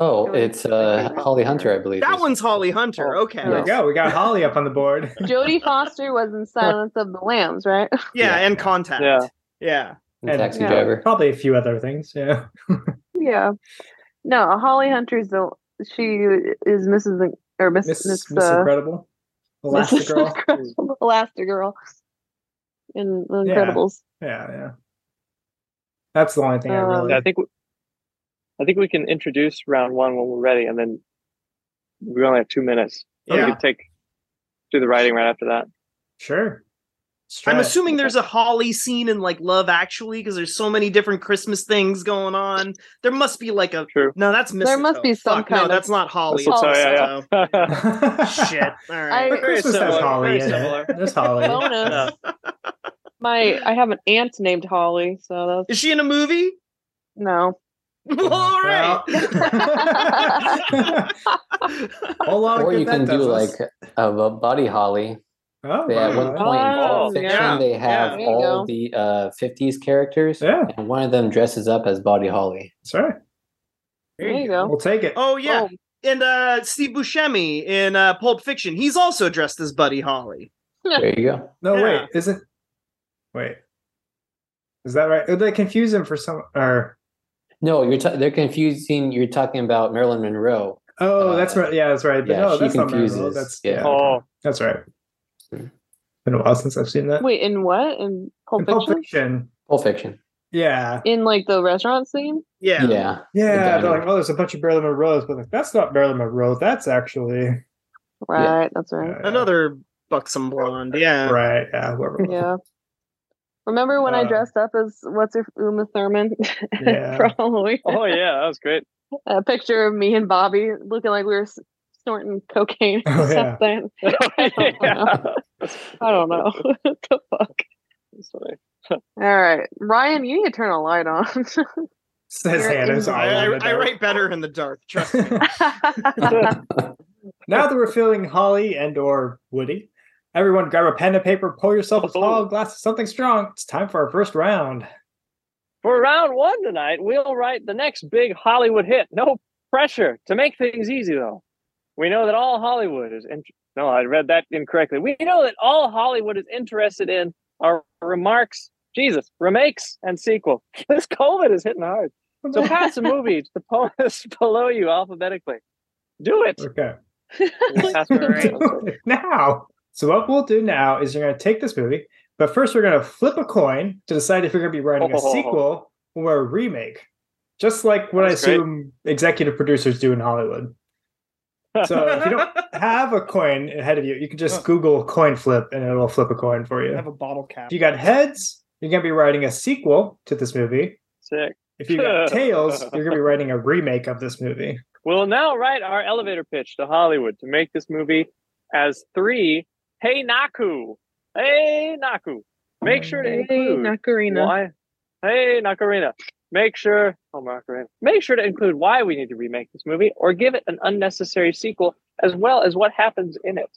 [SPEAKER 5] Oh, it's uh, Holly Hunter, I believe.
[SPEAKER 4] That
[SPEAKER 5] is-
[SPEAKER 4] one's Holly Hunter.
[SPEAKER 2] Oh.
[SPEAKER 4] Okay,
[SPEAKER 1] There we
[SPEAKER 5] Yes.
[SPEAKER 1] go. We got Holly up on the board.
[SPEAKER 3] Jodie Foster was in Silence of the Lambs, right?
[SPEAKER 4] yeah,
[SPEAKER 5] Yeah.
[SPEAKER 4] and Contact.
[SPEAKER 2] Yeah.
[SPEAKER 4] yeah.
[SPEAKER 5] and
[SPEAKER 1] And-
[SPEAKER 5] Taxi
[SPEAKER 3] Yeah.
[SPEAKER 5] Driver.
[SPEAKER 4] Oh,
[SPEAKER 1] Probably a few other things. Yeah.
[SPEAKER 3] yeah. No, Holly Hunter's the she is Mrs. In- or Miss
[SPEAKER 1] Miss,
[SPEAKER 3] Miss,
[SPEAKER 1] Miss
[SPEAKER 3] uh,
[SPEAKER 1] Incredible. Elastigirl.
[SPEAKER 3] Incredible- Elastigirl in The
[SPEAKER 1] Yeah.
[SPEAKER 3] Incredibles.
[SPEAKER 1] yeah, yeah. That's the only thing I
[SPEAKER 3] Um,
[SPEAKER 1] really.
[SPEAKER 2] Yeah, I think. We, I think we can introduce round one when we're ready, and then we only have two minutes. So
[SPEAKER 4] Yeah.
[SPEAKER 2] We can take do the writing right after that.
[SPEAKER 1] Sure. Let's try it.
[SPEAKER 4] I'm assuming there's a Holly scene in like Love Actually because there's so many different Christmas things going on. There must be like a
[SPEAKER 2] True.
[SPEAKER 4] no. That's mistletoe.
[SPEAKER 3] must be some
[SPEAKER 4] Fuck,
[SPEAKER 3] kind
[SPEAKER 4] no.
[SPEAKER 3] of-
[SPEAKER 4] that's not Holly.
[SPEAKER 2] That's
[SPEAKER 4] it's
[SPEAKER 2] what- Oh, sorry, yeah,
[SPEAKER 4] mistletoe. Shit. All
[SPEAKER 3] I-
[SPEAKER 4] right.
[SPEAKER 1] But Christmas
[SPEAKER 2] Very
[SPEAKER 1] has
[SPEAKER 2] similar,
[SPEAKER 1] Holly
[SPEAKER 2] very
[SPEAKER 1] in
[SPEAKER 2] similar.
[SPEAKER 1] it. There's Holly.
[SPEAKER 3] Bonus. My I have an aunt named Holly, so
[SPEAKER 4] Is
[SPEAKER 3] that's
[SPEAKER 4] she in a movie?
[SPEAKER 3] no.
[SPEAKER 4] Well, all right.
[SPEAKER 1] Well- Whole lot of
[SPEAKER 5] Or
[SPEAKER 1] good
[SPEAKER 5] you can
[SPEAKER 1] that
[SPEAKER 5] do
[SPEAKER 1] does
[SPEAKER 5] like
[SPEAKER 1] us.
[SPEAKER 5] a, a Buddy Holly.
[SPEAKER 1] Oh,
[SPEAKER 5] They at one
[SPEAKER 1] wow.
[SPEAKER 5] point
[SPEAKER 3] Oh,
[SPEAKER 5] in Pulp Fiction,
[SPEAKER 4] yeah.
[SPEAKER 5] they
[SPEAKER 4] Yeah.
[SPEAKER 5] have
[SPEAKER 3] There you
[SPEAKER 5] all
[SPEAKER 3] go.
[SPEAKER 5] the uh, 50s characters,
[SPEAKER 1] Yeah,
[SPEAKER 5] and one of them dresses up as Buddy Holly.
[SPEAKER 1] that's right.
[SPEAKER 3] There you go.
[SPEAKER 1] We'll take it.
[SPEAKER 4] Oh yeah,
[SPEAKER 3] Oh,
[SPEAKER 4] and uh, Steve Buscemi in uh, Pulp Fiction. He's also dressed as Buddy Holly.
[SPEAKER 5] There you go.
[SPEAKER 1] no,
[SPEAKER 4] yeah.
[SPEAKER 1] wait, is it? Wait, is that right? Oh, They confuse him for some. Or
[SPEAKER 5] No, you're ta- they're confusing. You're talking about Marilyn Monroe.
[SPEAKER 1] oh,
[SPEAKER 5] Uh,
[SPEAKER 1] that's right. Yeah, that's right. But
[SPEAKER 5] yeah,
[SPEAKER 1] no,
[SPEAKER 5] she
[SPEAKER 1] that's not Marilyn Monroe.
[SPEAKER 5] confuses,
[SPEAKER 1] That's
[SPEAKER 5] yeah.
[SPEAKER 2] Oh,
[SPEAKER 1] that's right.
[SPEAKER 5] Hmm.
[SPEAKER 1] Been a while since I've seen that.
[SPEAKER 3] wait, oh, in what? In Pulp
[SPEAKER 1] In Pulp
[SPEAKER 3] Fiction?
[SPEAKER 1] Fiction.
[SPEAKER 5] Pulp Fiction.
[SPEAKER 1] Yeah,
[SPEAKER 3] In like the restaurant scene?
[SPEAKER 4] Yeah.
[SPEAKER 5] Yeah.
[SPEAKER 1] yeah.
[SPEAKER 5] The
[SPEAKER 1] they're like,
[SPEAKER 5] diner.
[SPEAKER 1] oh, there's a bunch of Marilyn Monroes, but like, that's not Marilyn Monroe. That's actually
[SPEAKER 3] Right, that's right.
[SPEAKER 1] uh,
[SPEAKER 4] Another buxom blonde. Yeah.
[SPEAKER 1] Right. Yeah. Whoever. it was.
[SPEAKER 3] Yeah. Remember when I
[SPEAKER 1] Uh,
[SPEAKER 3] dressed up as what's her Uma Thurman
[SPEAKER 1] Yeah.
[SPEAKER 3] for Halloween?
[SPEAKER 2] oh yeah, that was great.
[SPEAKER 3] A picture of me and Bobby looking like we were s- snorting cocaine or
[SPEAKER 1] Oh, yeah.
[SPEAKER 3] something.
[SPEAKER 2] yeah.
[SPEAKER 3] I don't know. what the fuck?
[SPEAKER 2] That's funny.
[SPEAKER 3] right, Ryan, you need to turn a light on.
[SPEAKER 1] Says
[SPEAKER 3] You're
[SPEAKER 1] Hannah's all
[SPEAKER 4] I,
[SPEAKER 1] in
[SPEAKER 4] I,
[SPEAKER 1] the
[SPEAKER 4] I
[SPEAKER 1] dark.
[SPEAKER 4] write better in the dark. Trust me.
[SPEAKER 1] Now that we're feeling Holly and or Woody, everyone grab a pen and paper, pour yourself
[SPEAKER 4] Oh.
[SPEAKER 1] a tall glass of something strong. It's time for our first round.
[SPEAKER 2] For round one tonight, we'll write the next big Hollywood hit. No pressure to make things easy, though. We know that all Hollywood is. In- no, I read that incorrectly. We know that all Hollywood is interested in are remarks, Jesus, remakes, and sequel. This COVID is hitting hard. So pass a movie to the poets below you alphabetically. Do it.
[SPEAKER 1] Okay.
[SPEAKER 2] Pass it around.
[SPEAKER 1] now. So what we'll do now is you're going to take this movie, but first we're going to flip a coin to decide if you're going to be writing a
[SPEAKER 2] Oh.
[SPEAKER 1] sequel or a remake, just like what
[SPEAKER 2] That's
[SPEAKER 1] I
[SPEAKER 2] great.
[SPEAKER 1] assume executive producers do in Hollywood. So if you don't have a coin ahead of you, you can just
[SPEAKER 4] Huh.
[SPEAKER 1] Google coin flip and it'll flip a coin for
[SPEAKER 4] I
[SPEAKER 1] you.
[SPEAKER 4] have a bottle cap.
[SPEAKER 1] If you got heads, you're going to be writing a sequel to this movie.
[SPEAKER 2] Sick.
[SPEAKER 1] If you got tails, you're going to be writing a remake of this movie.
[SPEAKER 2] We'll now write our elevator pitch to Hollywood to make this movie as three. Hey Naku, hey Naku, make sure to
[SPEAKER 3] hey,
[SPEAKER 2] include
[SPEAKER 3] Nakarina.
[SPEAKER 2] why. Hey Nakarina, make sure. Oh Nakarina, make sure to include why we need to remake this movie or give it an unnecessary sequel, as well as what happens in it.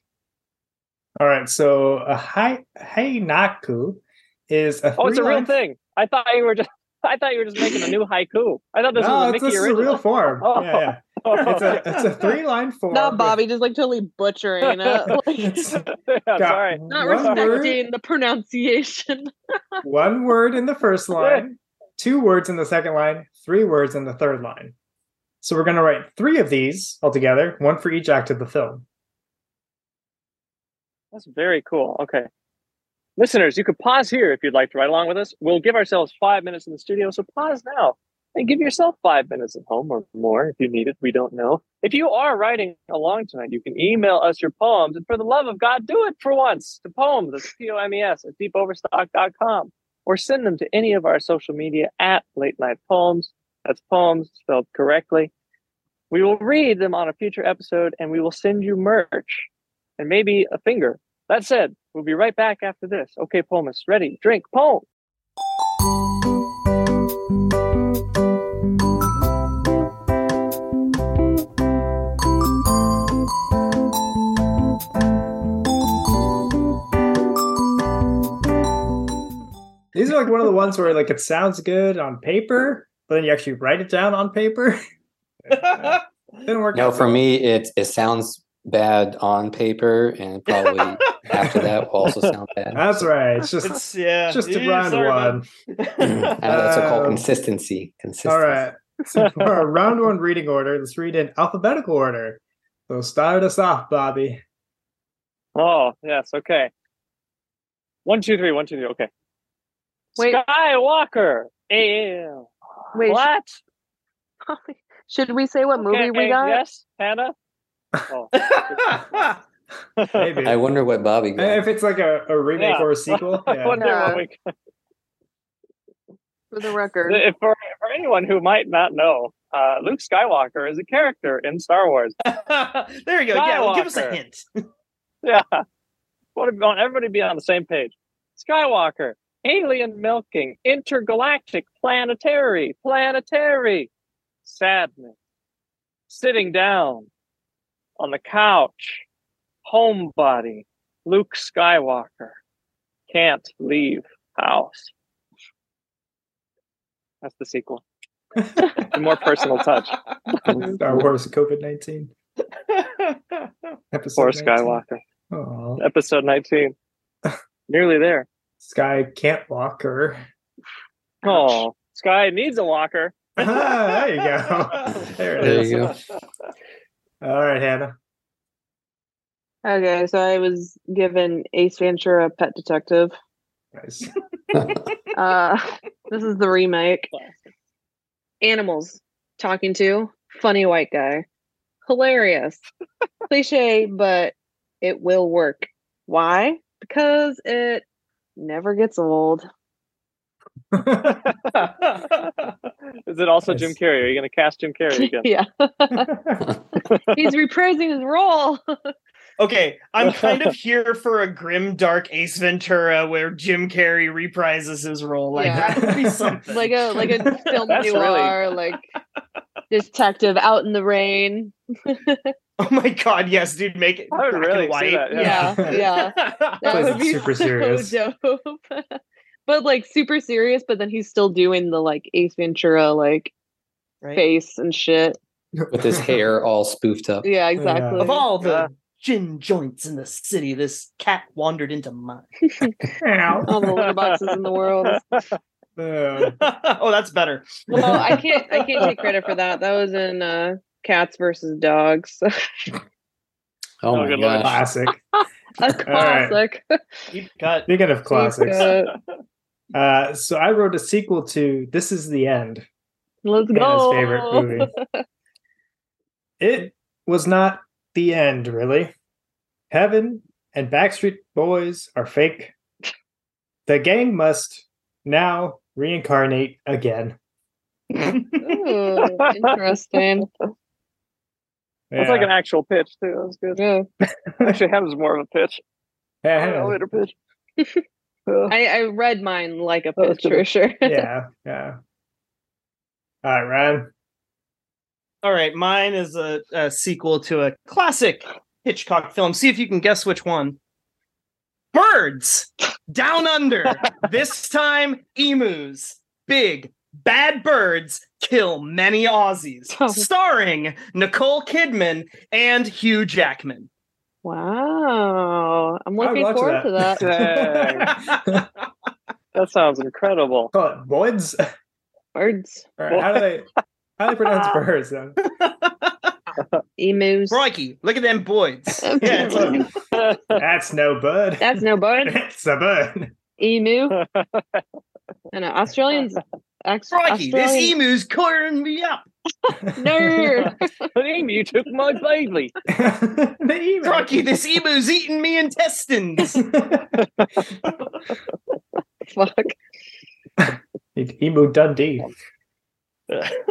[SPEAKER 1] All right, so a hi- Heinaku is a
[SPEAKER 2] Oh, it's a
[SPEAKER 1] three-line-
[SPEAKER 2] real thing. I thought you were just. I thought you were just making a new haiku. I thought this
[SPEAKER 1] no,
[SPEAKER 2] was a
[SPEAKER 1] it's,
[SPEAKER 2] Mickey
[SPEAKER 1] this is a
[SPEAKER 2] original.
[SPEAKER 1] real form.
[SPEAKER 2] Oh.
[SPEAKER 1] Yeah, yeah. It's a it's a three line form.
[SPEAKER 3] Not Bobby, just like totally butchering it.
[SPEAKER 1] with-
[SPEAKER 3] Like,
[SPEAKER 1] it's
[SPEAKER 2] Yeah,
[SPEAKER 1] got
[SPEAKER 2] sorry.
[SPEAKER 3] not
[SPEAKER 1] one word,
[SPEAKER 3] respecting the pronunciation.
[SPEAKER 1] one word in the first line, two words in the second line, three words in the third line. So we're going to write three of these altogether, one for each act of the film.
[SPEAKER 2] That's very cool. Okay. Listeners, you could pause here if you'd like to ride along with us. We'll give ourselves five minutes in the studio, so pause now and give yourself five minutes at home or more if you need it. We don't know. If you are writing along tonight, you can email us your poems. And for the love of God, do it for once to poems, that's P O M E S, at deepoverstock.com, or send them to any of our social media at Late Night Poems. That's poems spelled correctly. We will read them on a future episode and we will send you merch and maybe a finger. That said, we'll be right back after this. Okay, Pomus, ready, drink, poem.
[SPEAKER 1] These are like one of the ones where like it sounds good on paper, but then you actually write it down on paper. Didn't work.
[SPEAKER 5] No,
[SPEAKER 1] out
[SPEAKER 5] for
[SPEAKER 1] well.
[SPEAKER 5] me, it it sounds bad on paper, and probably after that will also sound bad.
[SPEAKER 1] That's right. It's just
[SPEAKER 4] it's yeah.
[SPEAKER 1] just a
[SPEAKER 4] Yeah,
[SPEAKER 1] round
[SPEAKER 4] sorry, bud.
[SPEAKER 1] one.
[SPEAKER 5] Uh, that's a called
[SPEAKER 1] Um,
[SPEAKER 5] consistency. Consistency.
[SPEAKER 1] All right. So for our round one reading order, let's read in alphabetical order. So start us off, Bobby.
[SPEAKER 2] Oh, yes, okay. One, two, three, one, two, three, okay.
[SPEAKER 3] Wait.
[SPEAKER 2] Skywalker. Ew.
[SPEAKER 3] Wait,
[SPEAKER 2] What?
[SPEAKER 3] sh- should we say what movie we
[SPEAKER 2] Okay,
[SPEAKER 3] got?
[SPEAKER 2] Yes, Hannah? Oh.
[SPEAKER 1] Maybe.
[SPEAKER 5] I wonder what Bobby got.
[SPEAKER 1] if it's like a, a remake
[SPEAKER 2] Yeah.
[SPEAKER 1] or a sequel.
[SPEAKER 2] I
[SPEAKER 1] Yeah.
[SPEAKER 2] wonder what we
[SPEAKER 3] For the record,
[SPEAKER 2] If for, for anyone who might not know, uh, Luke Skywalker is a character in Star Wars.
[SPEAKER 4] there you go. Yeah, well, give us a
[SPEAKER 2] Skywalker.
[SPEAKER 4] hint.
[SPEAKER 2] Yeah. What want everybody to be on the same page. Skywalker, alien milking, intergalactic planetary, planetary, sadness, sitting down on the couch, homebody, Luke Skywalker, can't leave house. That's the sequel. A more personal touch.
[SPEAKER 1] Star Wars COVID 19. Episode
[SPEAKER 2] Poor
[SPEAKER 1] 19.
[SPEAKER 2] Skywalker.
[SPEAKER 1] Aw.
[SPEAKER 2] Episode 19. Nearly there.
[SPEAKER 1] Sky can't walk her.
[SPEAKER 2] Oh, Sky needs a walker.
[SPEAKER 1] Ah, there you go. There it
[SPEAKER 5] there
[SPEAKER 1] is.
[SPEAKER 5] you go.
[SPEAKER 1] All right, Hannah.
[SPEAKER 3] okay. So I was given Ace Ventura: Pet Detective.
[SPEAKER 1] Nice.
[SPEAKER 3] Uh, this is the remake.
[SPEAKER 2] Classic.
[SPEAKER 3] Animals talking to funny white guy, hilarious, cliche, but it will work. Why? Because it never gets old.
[SPEAKER 2] Is it also
[SPEAKER 1] Nice.
[SPEAKER 2] Jim Carrey? Are you going to cast Jim Carrey again?
[SPEAKER 3] yeah, he's reprising his role.
[SPEAKER 4] Okay, I'm kind of here for a grim, dark Ace Ventura where Jim Carrey reprises his role. Like
[SPEAKER 3] Yeah.
[SPEAKER 4] that would be something.
[SPEAKER 3] like a like a film
[SPEAKER 2] That's really-
[SPEAKER 3] noir, like detective out in the rain.
[SPEAKER 4] oh my god, yes, dude, make it
[SPEAKER 2] I would
[SPEAKER 4] black
[SPEAKER 2] really
[SPEAKER 4] and
[SPEAKER 2] see
[SPEAKER 4] white.
[SPEAKER 2] that,
[SPEAKER 3] Yeah, yeah. That
[SPEAKER 1] Plays
[SPEAKER 3] would
[SPEAKER 1] it
[SPEAKER 3] be
[SPEAKER 1] super
[SPEAKER 3] so
[SPEAKER 1] serious.
[SPEAKER 3] dope. but like super serious, but then he's still doing the like Ace Ventura like
[SPEAKER 4] Right?
[SPEAKER 3] face and shit.
[SPEAKER 5] with his hair all spoofed up.
[SPEAKER 3] Yeah,
[SPEAKER 1] Oh, Yeah.
[SPEAKER 3] exactly.
[SPEAKER 4] Of all the
[SPEAKER 2] Yeah.
[SPEAKER 4] gin joints in the city, this cat wandered into mine.
[SPEAKER 3] all the litter boxes in the world.
[SPEAKER 1] Uh,
[SPEAKER 4] oh, that's better.
[SPEAKER 3] Well, I can't I can't take credit for that. That was in uh Cats versus Dogs.
[SPEAKER 2] Oh,
[SPEAKER 5] Oh, my
[SPEAKER 2] good lord.
[SPEAKER 5] gosh.
[SPEAKER 1] classic.
[SPEAKER 3] a classic.
[SPEAKER 4] Deep cut.
[SPEAKER 1] Speaking of classics,
[SPEAKER 3] Uh,
[SPEAKER 1] uh, so I wrote a sequel to This Is the End,
[SPEAKER 3] let's
[SPEAKER 1] Hannah's
[SPEAKER 3] go.
[SPEAKER 1] favorite movie. it was not the end, really. Heaven and Backstreet Boys are fake. The gang must now reincarnate again.
[SPEAKER 3] Ooh, interesting.
[SPEAKER 2] That's like an actual pitch too. That was good.
[SPEAKER 3] Yeah.
[SPEAKER 2] Actually, Hem's more of a pitch. A later pitch. Uh,
[SPEAKER 3] I, I read mine like a
[SPEAKER 2] That was
[SPEAKER 3] pitch for sure.
[SPEAKER 1] yeah, yeah. All right, Ryan.
[SPEAKER 4] All right, mine is a, a sequel to a classic Hitchcock film. See if you can guess which one. Birds down under. this time, emus. Big bad birds kill many Aussies.
[SPEAKER 3] Oh.
[SPEAKER 4] Starring Nicole Kidman and Hugh Jackman.
[SPEAKER 3] Wow. I'm looking
[SPEAKER 1] watch
[SPEAKER 3] forward to
[SPEAKER 1] that.
[SPEAKER 3] that.
[SPEAKER 2] dang, that sounds incredible.
[SPEAKER 1] Call it Boyd's. All
[SPEAKER 3] Birds.
[SPEAKER 1] right, how do they how do they pronounce birds then?
[SPEAKER 3] Emus.
[SPEAKER 4] Crikey, look at them boys. Yeah, it's like-
[SPEAKER 1] it's That's no bud.
[SPEAKER 3] That's no bird.
[SPEAKER 1] it's a bud.
[SPEAKER 3] Emu. I know. Australians. Ex-
[SPEAKER 4] crikey, this
[SPEAKER 3] Australian-
[SPEAKER 4] emu's cornering me up.
[SPEAKER 3] No.
[SPEAKER 2] Liam, you took my baby.
[SPEAKER 1] the email.
[SPEAKER 4] Crikey, this emu's eating me intestines.
[SPEAKER 3] Fuck.
[SPEAKER 1] Emu Dundee.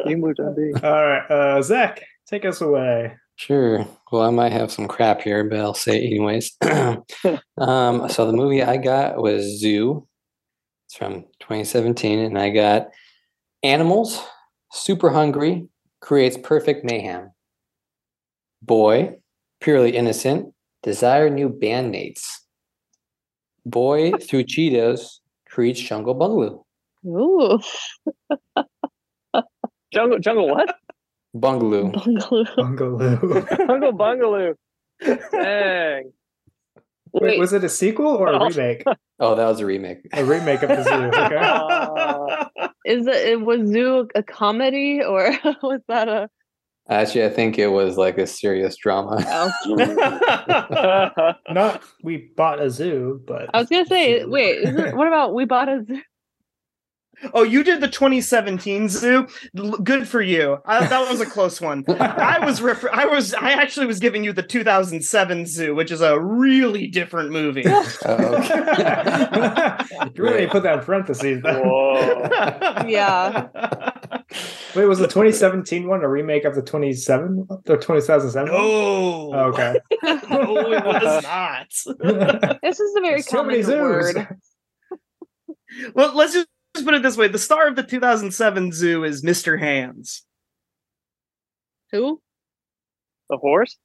[SPEAKER 2] You moved on D.
[SPEAKER 1] All right, uh, Zach, take us away.
[SPEAKER 5] Sure. Well, I might have some crap here, but I'll say it anyways. um, so the movie I got was Zoo. It's from 2017, and I got animals super hungry creates perfect mayhem. Boy purely innocent desire new bandmates. Boy through Cheetos creates Jungle Bungalow.
[SPEAKER 3] Ooh.
[SPEAKER 2] Jungle, jungle what?
[SPEAKER 5] Bungalow.
[SPEAKER 3] Bungaloo.
[SPEAKER 1] Bungaloo.
[SPEAKER 2] jungle Bungaloo. Dang.
[SPEAKER 1] Wait,
[SPEAKER 3] Wait.
[SPEAKER 1] was it a sequel or a
[SPEAKER 2] Oh.
[SPEAKER 1] remake?
[SPEAKER 5] Oh, that was a remake.
[SPEAKER 1] A remake of the zoo. Okay.
[SPEAKER 3] Is it, it was Zoo a comedy or was that a?
[SPEAKER 5] Actually, I think it was like a serious drama. Oh,
[SPEAKER 2] I
[SPEAKER 1] Not we bought a zoo, but
[SPEAKER 3] I was gonna say. Wait. Is it, what about we bought a? Zoo?
[SPEAKER 4] oh, you did the 2017 zoo. L- Good for you. I, that was a close one. I was refer- I was I actually was giving you the 2007 zoo, which is a really different movie.
[SPEAKER 5] Oh, okay.
[SPEAKER 1] you really put that in parentheses. though.
[SPEAKER 3] Yeah.
[SPEAKER 1] Wait, was the 2017 one a remake of the 27 the 2007 one?
[SPEAKER 4] No.
[SPEAKER 1] Okay.
[SPEAKER 4] no, it was not.
[SPEAKER 3] This is a very
[SPEAKER 1] There's so many
[SPEAKER 3] common word.
[SPEAKER 1] zoos.
[SPEAKER 4] Well, let's just, just put it this way: the star of the 2007 zoo is Mr. Hands.
[SPEAKER 3] Who?
[SPEAKER 2] the horse?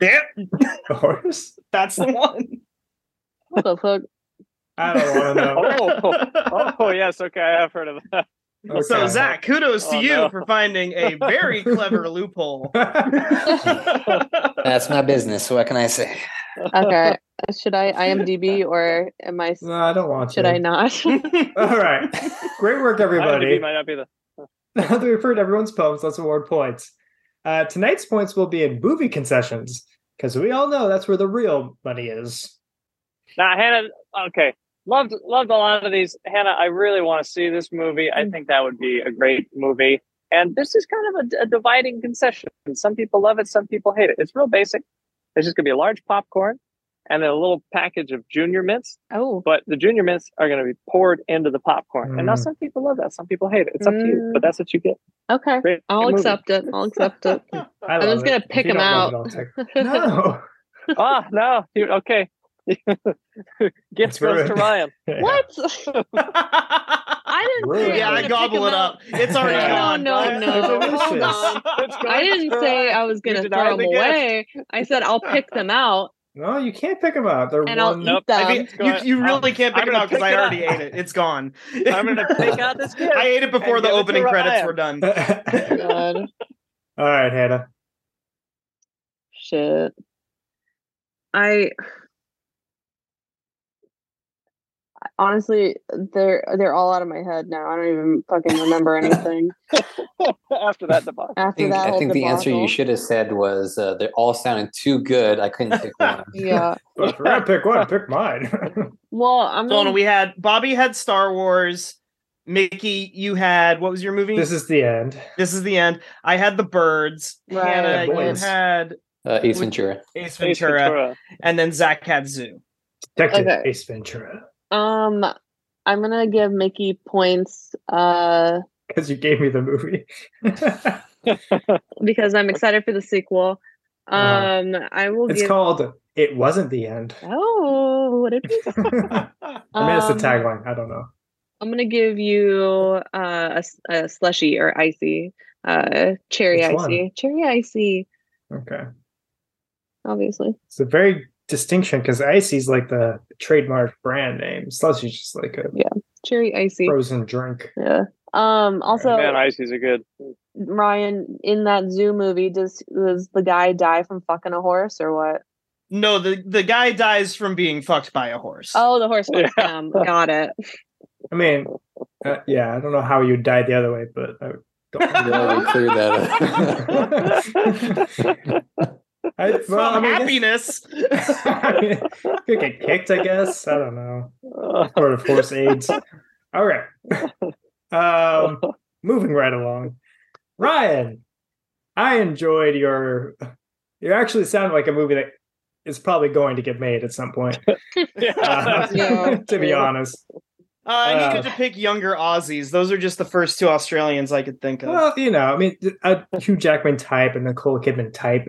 [SPEAKER 4] Yep,
[SPEAKER 1] Horse?
[SPEAKER 4] that's the one.
[SPEAKER 3] What the fuck?
[SPEAKER 1] I don't want to know.
[SPEAKER 2] Oh, oh yes. Okay, I have heard of that.
[SPEAKER 1] Okay.
[SPEAKER 4] So Zach, kudos to
[SPEAKER 2] Oh,
[SPEAKER 4] you
[SPEAKER 2] no.
[SPEAKER 4] for finding a very clever loophole.
[SPEAKER 5] That's my business. What can I say?
[SPEAKER 3] Okay. Should I IMDb or am I?
[SPEAKER 1] no, I don't want
[SPEAKER 3] Should
[SPEAKER 1] to.
[SPEAKER 3] I not?
[SPEAKER 1] All right. Great work, everybody.
[SPEAKER 2] IMDb might not be the.
[SPEAKER 1] Now that we've heard everyone's poems, let's award points. Uh, tonight's points will be in movie concessions because we all know that's where the real money is.
[SPEAKER 2] Now, Hannah. Okay, loved loved a lot of these. Hannah, I really want to see this movie. I think that would be a great movie. And this is kind of a, a dividing concession. Some people love it, some people hate it. It's real basic. It's just gonna be a large popcorn and a little package of junior mints.
[SPEAKER 3] oh.
[SPEAKER 2] But the junior mints are gonna be poured into the popcorn. And now
[SPEAKER 1] Mm.
[SPEAKER 2] some people love that, some people hate it. It's up to you, but that's what you get.
[SPEAKER 3] Okay.
[SPEAKER 2] Great
[SPEAKER 3] I'll
[SPEAKER 2] movie.
[SPEAKER 3] accept it. I'll accept it.
[SPEAKER 1] I love it.
[SPEAKER 3] just gonna
[SPEAKER 1] If
[SPEAKER 3] pick
[SPEAKER 1] you
[SPEAKER 3] 'em
[SPEAKER 1] don't love it, I'll take- no.
[SPEAKER 2] Ah, no. You- Okay. Gifts goes to
[SPEAKER 1] ruined.
[SPEAKER 2] Ryan.
[SPEAKER 3] What?
[SPEAKER 4] yeah,
[SPEAKER 3] I didn't say
[SPEAKER 1] Yeah,
[SPEAKER 3] I,
[SPEAKER 1] I
[SPEAKER 3] was
[SPEAKER 4] I
[SPEAKER 3] gonna
[SPEAKER 4] gobble
[SPEAKER 3] pick
[SPEAKER 4] it
[SPEAKER 3] 'em
[SPEAKER 4] up. It's already
[SPEAKER 5] No,
[SPEAKER 4] gone.
[SPEAKER 3] no, no.
[SPEAKER 1] Hold
[SPEAKER 4] on.
[SPEAKER 2] It's going
[SPEAKER 3] Oh, I didn't
[SPEAKER 2] to
[SPEAKER 3] say
[SPEAKER 2] Ryan.
[SPEAKER 3] I was gonna
[SPEAKER 2] denied
[SPEAKER 3] throw
[SPEAKER 2] the
[SPEAKER 3] them
[SPEAKER 2] gift.
[SPEAKER 3] away. I said I'll pick them out
[SPEAKER 1] No, you can't pick them up. They're
[SPEAKER 3] and I'll
[SPEAKER 1] one.
[SPEAKER 3] eat
[SPEAKER 2] Nope.
[SPEAKER 4] I
[SPEAKER 3] them.
[SPEAKER 4] mean, you, you really can't pick
[SPEAKER 2] I'm
[SPEAKER 4] it
[SPEAKER 2] gonna
[SPEAKER 4] up because
[SPEAKER 2] pick
[SPEAKER 4] I
[SPEAKER 2] it
[SPEAKER 4] already
[SPEAKER 2] up.
[SPEAKER 4] ate it. It's gone.
[SPEAKER 2] I'm going to take out this gift.
[SPEAKER 4] I ate it before
[SPEAKER 2] and
[SPEAKER 4] the
[SPEAKER 2] give it to
[SPEAKER 4] opening credits
[SPEAKER 2] Ryan.
[SPEAKER 4] were done.
[SPEAKER 1] All
[SPEAKER 3] God,
[SPEAKER 1] right, Hannah.
[SPEAKER 3] shit. I honestly, they're they're all out of my head now. I don't even fucking remember anything
[SPEAKER 2] After that debacle.
[SPEAKER 5] I
[SPEAKER 3] after
[SPEAKER 5] think,
[SPEAKER 3] that
[SPEAKER 5] I
[SPEAKER 3] whole
[SPEAKER 5] think the answer you
[SPEAKER 3] debacle.
[SPEAKER 5] should have said was uh, they all sounded too good. I couldn't pick one.
[SPEAKER 3] Yeah.
[SPEAKER 1] But if we're gonna pick one, pick mine.
[SPEAKER 3] Well, I'm
[SPEAKER 4] So
[SPEAKER 3] gonna,
[SPEAKER 4] no, we had Bobby had Star Wars. Mickey, you had what was your movie?
[SPEAKER 1] this is the end.
[SPEAKER 4] This is the end. I had the birds.
[SPEAKER 3] Right.
[SPEAKER 4] Hannah, you
[SPEAKER 1] Boys.
[SPEAKER 4] had
[SPEAKER 5] Uh, Ace
[SPEAKER 4] Would-
[SPEAKER 5] Ventura.
[SPEAKER 4] Ace
[SPEAKER 2] Ace
[SPEAKER 4] Ventura,
[SPEAKER 2] Ventura.
[SPEAKER 4] and then Zach had Zoo.
[SPEAKER 1] Detective
[SPEAKER 3] Okay.
[SPEAKER 1] Ace Ventura.
[SPEAKER 3] um I'm gonna give Mickey points uh
[SPEAKER 1] Because you gave me the movie.
[SPEAKER 3] because I'm excited for the sequel.
[SPEAKER 1] Uh-huh.
[SPEAKER 3] Um I will
[SPEAKER 1] it's
[SPEAKER 3] give
[SPEAKER 1] called It Wasn't the End.
[SPEAKER 3] Oh, would it be?
[SPEAKER 1] I mean, it's the
[SPEAKER 3] Um,
[SPEAKER 1] tagline. I don't know.
[SPEAKER 3] I'm gonna give you uh, a, s- a slushy or icy, uh, cherry
[SPEAKER 1] Which
[SPEAKER 3] icy, cherry icy,
[SPEAKER 1] Okay.
[SPEAKER 3] obviously.
[SPEAKER 1] It's a very distinction because Icy's like the trademark brand name. Slushy's just like a
[SPEAKER 3] Cherry icy.
[SPEAKER 1] frozen drink.
[SPEAKER 3] Yeah. Um. Also,
[SPEAKER 2] Man, ices are good.
[SPEAKER 3] Ryan, in that zoo movie, does does the guy die from fucking a horse or what?
[SPEAKER 4] No, the, the guy dies from being fucked by a horse.
[SPEAKER 3] Oh, the horse fucks
[SPEAKER 2] Yeah.
[SPEAKER 3] him. Got it.
[SPEAKER 1] I mean, uh, yeah, I don't know how you died the other way, but I don't
[SPEAKER 5] Yeah, we cleared that up.
[SPEAKER 1] I,
[SPEAKER 4] From
[SPEAKER 1] well, I mean, I guess-
[SPEAKER 4] happiness.
[SPEAKER 1] I mean, could get kicked, I guess. I don't know. Sort of horse aids. All right. Um, moving right along. Ryan, I enjoyed your. You actually sounded like a movie that is probably going to get made at some point. Uh,
[SPEAKER 3] Yeah.
[SPEAKER 1] to be honest.
[SPEAKER 4] Uh, and you
[SPEAKER 1] Uh,
[SPEAKER 4] could just pick younger Aussies. Those are just the first two Australians I could think of.
[SPEAKER 1] Well, you know, I mean, a Hugh Jackman type and Nicole Kidman type.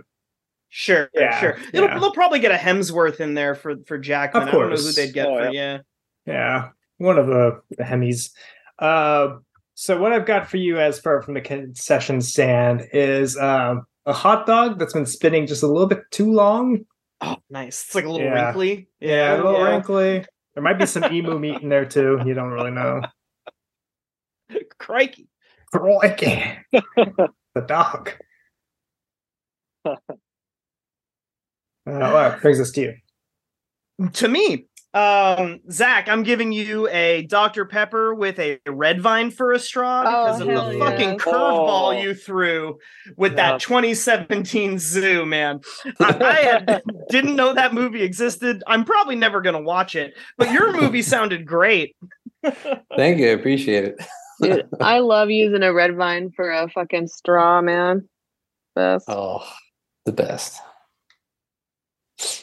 [SPEAKER 4] sure,
[SPEAKER 1] yeah,
[SPEAKER 4] sure. It'll,
[SPEAKER 1] yeah.
[SPEAKER 4] They'll probably get a Hemsworth in there for for Jackman.
[SPEAKER 1] Of
[SPEAKER 4] I don't know who
[SPEAKER 1] course.
[SPEAKER 4] they'd get
[SPEAKER 2] Oh,
[SPEAKER 4] for yeah.
[SPEAKER 1] Yeah, one of the, the Hemis. Uh, so what I've got for you as far from the concession stand is um, a hot dog that's been spinning just a little bit too long.
[SPEAKER 4] Oh, nice. It's like a little
[SPEAKER 1] Yeah.
[SPEAKER 4] wrinkly.
[SPEAKER 1] Yeah, a little
[SPEAKER 4] yeah.
[SPEAKER 1] wrinkly. There might be some emu meat in there too. You don't really know.
[SPEAKER 4] Crikey.
[SPEAKER 1] Crikey. the dog. Uh, all right, brings us to you.
[SPEAKER 4] To me, um, Zach, I'm giving you a Dr. Pepper with a red vine for a straw
[SPEAKER 3] Oh,
[SPEAKER 4] because
[SPEAKER 1] hell
[SPEAKER 4] of the
[SPEAKER 1] yeah.
[SPEAKER 4] fucking curveball
[SPEAKER 2] Oh.
[SPEAKER 4] you threw with
[SPEAKER 1] Yeah.
[SPEAKER 4] that 2017 zoo, man. I, I had, didn't know that movie existed. I'm probably never gonna watch it, but your movie sounded great.
[SPEAKER 5] Thank you. I appreciate it.
[SPEAKER 3] Dude, I love using a red vine for a fucking straw, man. Best.
[SPEAKER 5] Oh, the best.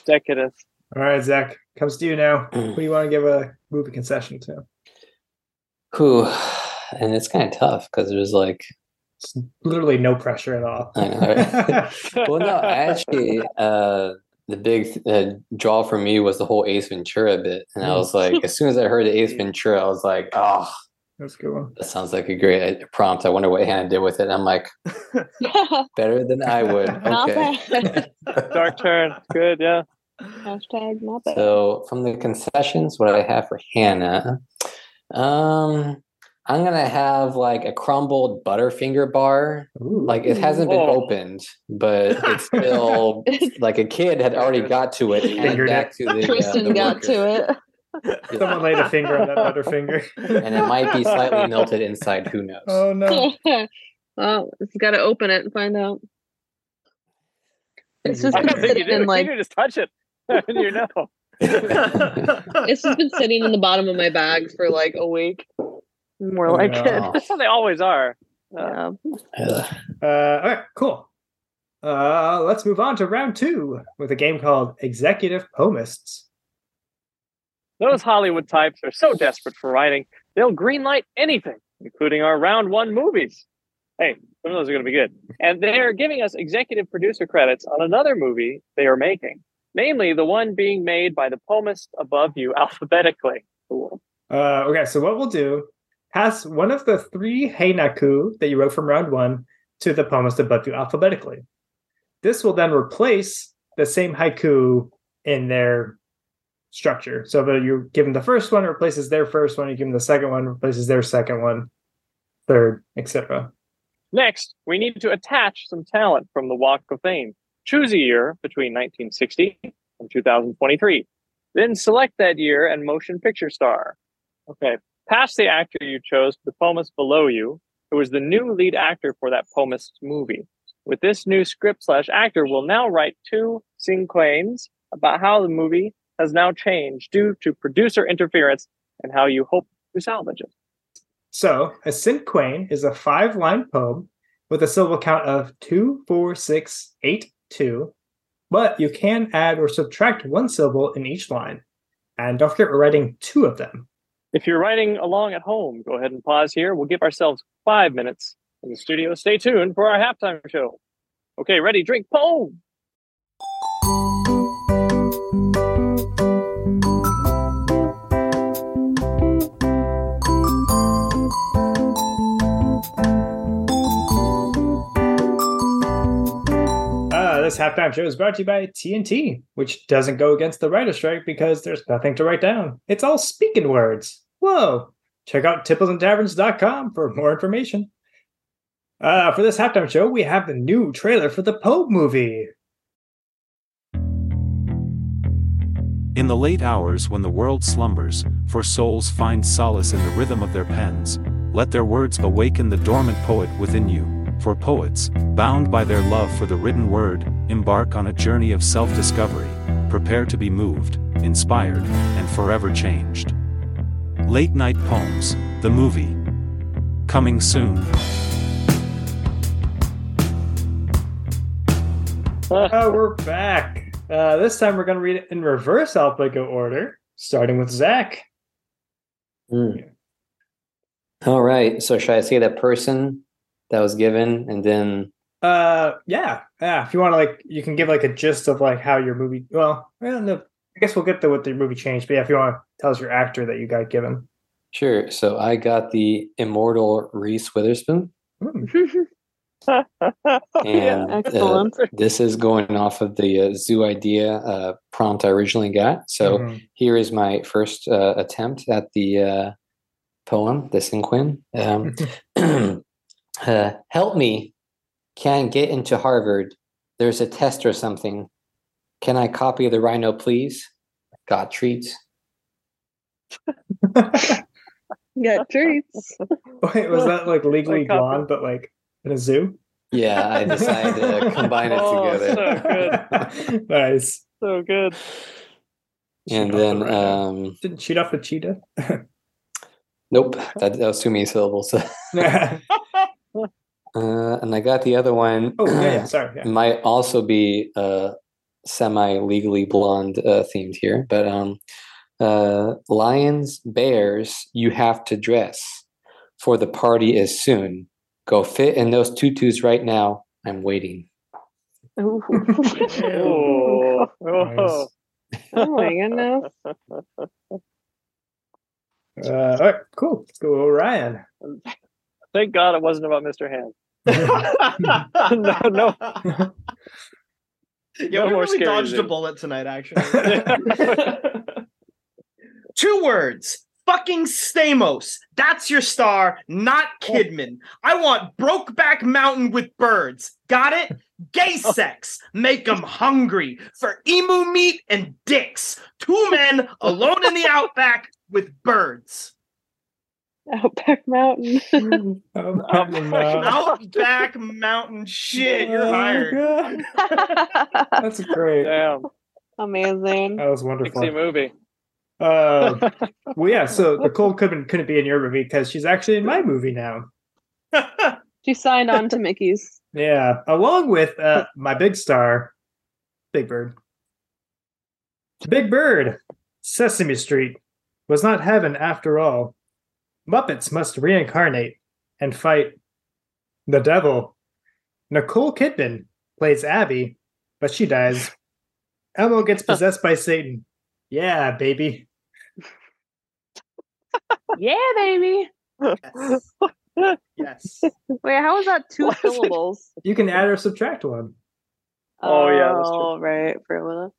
[SPEAKER 2] Decadence.
[SPEAKER 1] All right, Zach, comes to you now. Who do you want to give a movie concession to?
[SPEAKER 5] Whew. And it's kind of tough because there's like,
[SPEAKER 1] It's literally no pressure at all.
[SPEAKER 5] I know. right? well, no, actually, uh, the big uh, draw for me was the whole Ace Ventura bit, and I was like, as soon as I heard Ace Ventura, I was like, oh,
[SPEAKER 1] That's a good one.
[SPEAKER 5] that sounds like a great i- prompt. I wonder what Hannah did with it. I'm like, better than I would.
[SPEAKER 3] Not
[SPEAKER 5] Okay.
[SPEAKER 3] bad.
[SPEAKER 2] Dark turn. Good, yeah.
[SPEAKER 3] Hashtag not bad.
[SPEAKER 5] So from the concessions, what do I have for Hannah? Um, I'm gonna have like a crumbled Butterfinger bar.
[SPEAKER 1] Ooh.
[SPEAKER 5] Like it hasn't been
[SPEAKER 2] Oh.
[SPEAKER 5] opened, but it's still like a kid had already got to it. and
[SPEAKER 1] Fingered
[SPEAKER 5] back to the, uh,
[SPEAKER 3] Tristan
[SPEAKER 5] the
[SPEAKER 3] got
[SPEAKER 5] worker.
[SPEAKER 3] to it.
[SPEAKER 1] Someone laid a finger on that other finger.
[SPEAKER 5] and it might be slightly melted inside. Who knows?
[SPEAKER 1] oh no.
[SPEAKER 3] well, it's got to open it and find out. It's just
[SPEAKER 2] I
[SPEAKER 3] been
[SPEAKER 2] don't think you
[SPEAKER 3] sitting
[SPEAKER 2] do.
[SPEAKER 3] in like
[SPEAKER 2] you just touch it. you know.
[SPEAKER 1] Uh,
[SPEAKER 3] it's just been sitting in the bottom of my bag for like a week. More like
[SPEAKER 1] Yeah.
[SPEAKER 5] Oh,
[SPEAKER 2] That's how they always are.
[SPEAKER 3] it. Yeah.
[SPEAKER 5] ugh.
[SPEAKER 1] Uh, all right, cool. Uh, let's move on to round two with a game called Executive Pomists.
[SPEAKER 2] Those Hollywood types are so desperate for writing, they'll greenlight anything, including our round one movies. Hey, some of those are going to be good. And they're giving us executive producer credits on another movie they are making. namely the one being made by the poemist above you alphabetically. Cool.
[SPEAKER 1] Uh, okay, so what we'll do, pass one of the three heinaku that you wrote from round one to the poemist above you alphabetically. This will then replace the same haiku in their structure. So if you give them the first one, it replaces their first one. You give them the second one, replaces their second one, third, etc.
[SPEAKER 2] Next, we need to attach some talent from the Walk of Fame. Choose a year between 1960 and 2023. Then select that year and motion picture star. Okay, pass the actor you chose to the poemist below you, who is the new lead actor for that poemist's movie. With this new script slash actor, will now write two scene claims about how the movie has now changed due to producer interference and how you hope to salvage it.
[SPEAKER 1] So, a synquain is a five line poem with a syllable count of two, four, six, eight, two, but you can add or subtract one syllable in each line. And don't forget, we're writing two of them.
[SPEAKER 2] If you're writing along at home, go ahead and pause here. We'll give ourselves five minutes in the studio. Stay tuned for our halftime show. Okay, ready, drink, poem.
[SPEAKER 1] Uh, this halftime show is brought to you by TNT, which doesn't go against the writer's strike because there's nothing to write down. It's all speaking words. Whoa! Check out tipplesandtaverns.com for more information. Uh, for this halftime show, we have the new trailer for the Pope movie.
[SPEAKER 6] In the late hours when the world slumbers, for souls find solace in the rhythm of their pens, let their words awaken the dormant poet within you. For poets, bound by their love for the written word, embark on a journey of self discovery, prepare to be moved, inspired, and forever changed. Late Night Poems, the movie. Coming soon.
[SPEAKER 1] Uh, we're back. Uh, this time we're going to read it in reverse alphabetical order, starting with Zach.
[SPEAKER 5] Mm. All right. So should I say the person that was given, and then
[SPEAKER 1] Uh, yeah, yeah. If you want to, like, you can give like a gist of like how your movie. Well, well, no, I guess we'll get to what the movie changed. But yeah, if you want to tell us your actor that you got given.
[SPEAKER 5] sure. So I got the immortal Reese Witherspoon,
[SPEAKER 1] Hmm.
[SPEAKER 5] and uh,
[SPEAKER 3] Excellent.
[SPEAKER 5] this is going off of the uh, zoo idea uh, prompt I originally got. So
[SPEAKER 1] Mhm.
[SPEAKER 5] here is my first uh, attempt at the uh, poem, the Sinquin. Um, uh, help me. Can't get into Harvard. There's a test or something. Can I copy the rhino, please? Got treats.
[SPEAKER 3] Got treats.
[SPEAKER 1] Wait, was that like legally
[SPEAKER 2] I copy.
[SPEAKER 1] blonde, but like in a zoo?
[SPEAKER 5] Yeah, I decided to combine it
[SPEAKER 2] Oh,
[SPEAKER 5] together.
[SPEAKER 2] so-
[SPEAKER 1] nice.
[SPEAKER 2] So good.
[SPEAKER 5] and
[SPEAKER 1] Cheat off the
[SPEAKER 5] then,
[SPEAKER 1] rhino.
[SPEAKER 5] um,
[SPEAKER 1] didn't cheat off the cheetah.
[SPEAKER 5] nope, that, that was too many syllables. uh,
[SPEAKER 1] Oh,
[SPEAKER 5] and I got the other one.
[SPEAKER 1] oh yeah, yeah, sorry. Yeah.
[SPEAKER 5] might also be uh, semi legally blonde uh, themed here, but um, uh, lions, bears, you have to dress for the party is soon. Go fit in those tutus right now. I'm waiting.
[SPEAKER 3] Ooh.
[SPEAKER 2] Oh, oh.
[SPEAKER 3] oh my goodness.
[SPEAKER 1] Nice. Uh, all right, cool. Let's go, Ryan.
[SPEAKER 2] Thank God it wasn't about Mr. Hand. No, no.
[SPEAKER 4] Yeah,
[SPEAKER 2] No
[SPEAKER 4] we
[SPEAKER 2] more
[SPEAKER 4] really
[SPEAKER 2] scary
[SPEAKER 4] dodged a
[SPEAKER 2] zoom.
[SPEAKER 4] bullet tonight, actually. Two words. Fucking Stamos. That's your star, not Kidman. I want Brokeback Mountain with birds. Got it? Gay sex. Make them hungry for emu meat and dicks. Two men alone in the outback with birds.
[SPEAKER 3] Outback Mountain.
[SPEAKER 1] Um,
[SPEAKER 2] Um,
[SPEAKER 1] uh,
[SPEAKER 4] Outback Mountain Oh, shit. You're
[SPEAKER 1] oh,
[SPEAKER 4] hired.
[SPEAKER 1] God. That's great.
[SPEAKER 2] Damn.
[SPEAKER 3] Amazing.
[SPEAKER 1] That was
[SPEAKER 2] Pixie
[SPEAKER 1] wonderful.
[SPEAKER 2] movie.
[SPEAKER 4] Oh.
[SPEAKER 1] Uh, well, yeah. So Nicole couldn't couldn't be in your movie because she's actually in my movie now.
[SPEAKER 3] She signed on to Mickey's.
[SPEAKER 1] Yeah, along with uh, my big star, Big Bird. Big Bird, Sesame Street was not heaven after all. Muppets must reincarnate and fight the devil. Nicole Kidman plays Abby, but she dies. Elmo gets possessed by Satan. Yeah, baby.
[SPEAKER 3] yeah, baby.
[SPEAKER 1] Yes.
[SPEAKER 3] Wait, how is that two
[SPEAKER 2] What?
[SPEAKER 3] syllables?
[SPEAKER 1] You can add or subtract one.
[SPEAKER 2] Oh, yeah, that's true.
[SPEAKER 3] Oh, right for a little.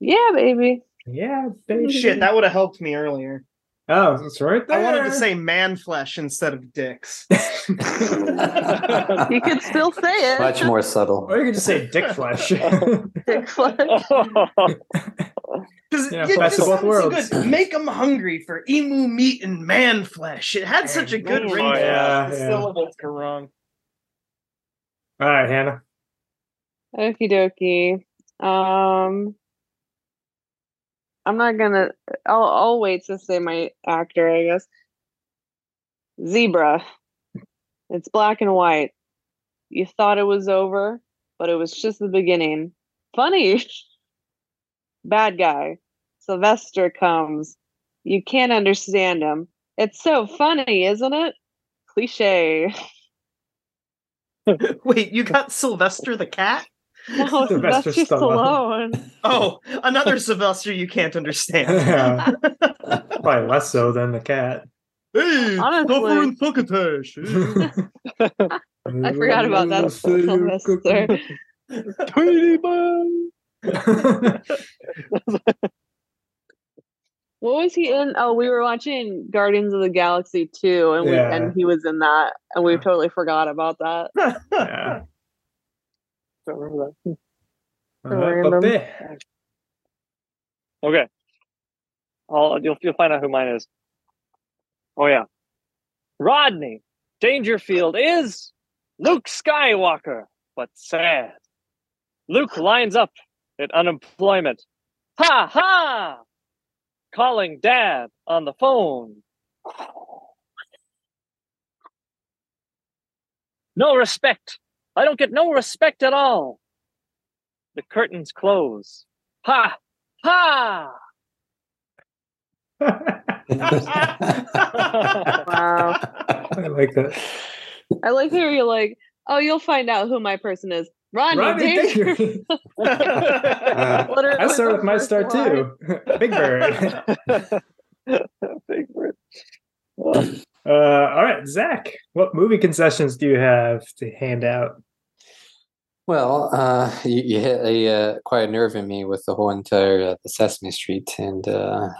[SPEAKER 3] Yeah, baby.
[SPEAKER 1] Yeah, baby.
[SPEAKER 4] Shit, that would have helped me earlier.
[SPEAKER 1] Oh, that's right.
[SPEAKER 4] I wanted to
[SPEAKER 1] there.
[SPEAKER 4] say man flesh instead of dicks.
[SPEAKER 3] You could still say it.
[SPEAKER 5] Much more subtle.
[SPEAKER 1] Or you could just say dick flesh.
[SPEAKER 3] Oh. Dick flesh.
[SPEAKER 4] Because
[SPEAKER 1] Yeah,
[SPEAKER 4] it
[SPEAKER 1] best
[SPEAKER 4] just
[SPEAKER 1] of both
[SPEAKER 4] sounds so
[SPEAKER 1] worlds.
[SPEAKER 4] good. Make them hungry for emu meat and man flesh. It had such a good
[SPEAKER 2] Oh,
[SPEAKER 4] ring. to it.
[SPEAKER 1] yeah,
[SPEAKER 4] the
[SPEAKER 1] yeah.
[SPEAKER 4] syllables were wrong.
[SPEAKER 1] All right, Hannah.
[SPEAKER 3] Okie dokie. Um, I'm not gonna. I'll I'll wait to say my actor. I guess zebra. It's black and white. You thought it was over, but it was just the beginning. Funny. Bad guy. Sylvester comes. You can't understand him. It's so funny, isn't it? Cliche.
[SPEAKER 4] Wait, you got Sylvester the cat?
[SPEAKER 3] No,
[SPEAKER 1] Sylvester
[SPEAKER 3] Sylvester Stallone.
[SPEAKER 4] Oh, another Sylvester you can't understand.
[SPEAKER 1] Yeah. Probably less so than the cat.
[SPEAKER 4] hey,
[SPEAKER 3] Honestly.
[SPEAKER 4] Puffer and eh? Succotash.
[SPEAKER 1] I
[SPEAKER 3] I forgot about that Sylvester. What was he in? Oh, we were watching Guardians of the Galaxy 2 and we
[SPEAKER 1] Yeah.
[SPEAKER 3] and he was in that and we totally forgot about that.
[SPEAKER 1] yeah.
[SPEAKER 2] Don't remember that.
[SPEAKER 1] Uh,
[SPEAKER 3] Random.
[SPEAKER 1] Buffet.
[SPEAKER 2] Okay. I'll, you'll, you'll find out who mine is. Oh, yeah. Rodney Dangerfield is Luke Skywalker, but sad. Luke lines up at unemployment. Ha ha! Calling dad on the phone. No respect. I don't get no respect at all. The curtains close. Ha ha!
[SPEAKER 3] Wow.
[SPEAKER 1] I like that.
[SPEAKER 3] I like how you're like, oh, you'll find out who my person is. Rodney,
[SPEAKER 1] Rodney, thank
[SPEAKER 3] Dangerfield.
[SPEAKER 1] you.
[SPEAKER 3] Literally
[SPEAKER 1] I start
[SPEAKER 3] the
[SPEAKER 1] with my
[SPEAKER 3] first
[SPEAKER 1] star
[SPEAKER 3] line.
[SPEAKER 1] too. Big Bird.
[SPEAKER 2] Favorite.
[SPEAKER 1] Uh, all right, Zach. What movie concessions do you have to hand out?
[SPEAKER 5] Well, uh, you, you hit a uh, quite a nerve in me with the whole entire uh, the Sesame Street, and uh,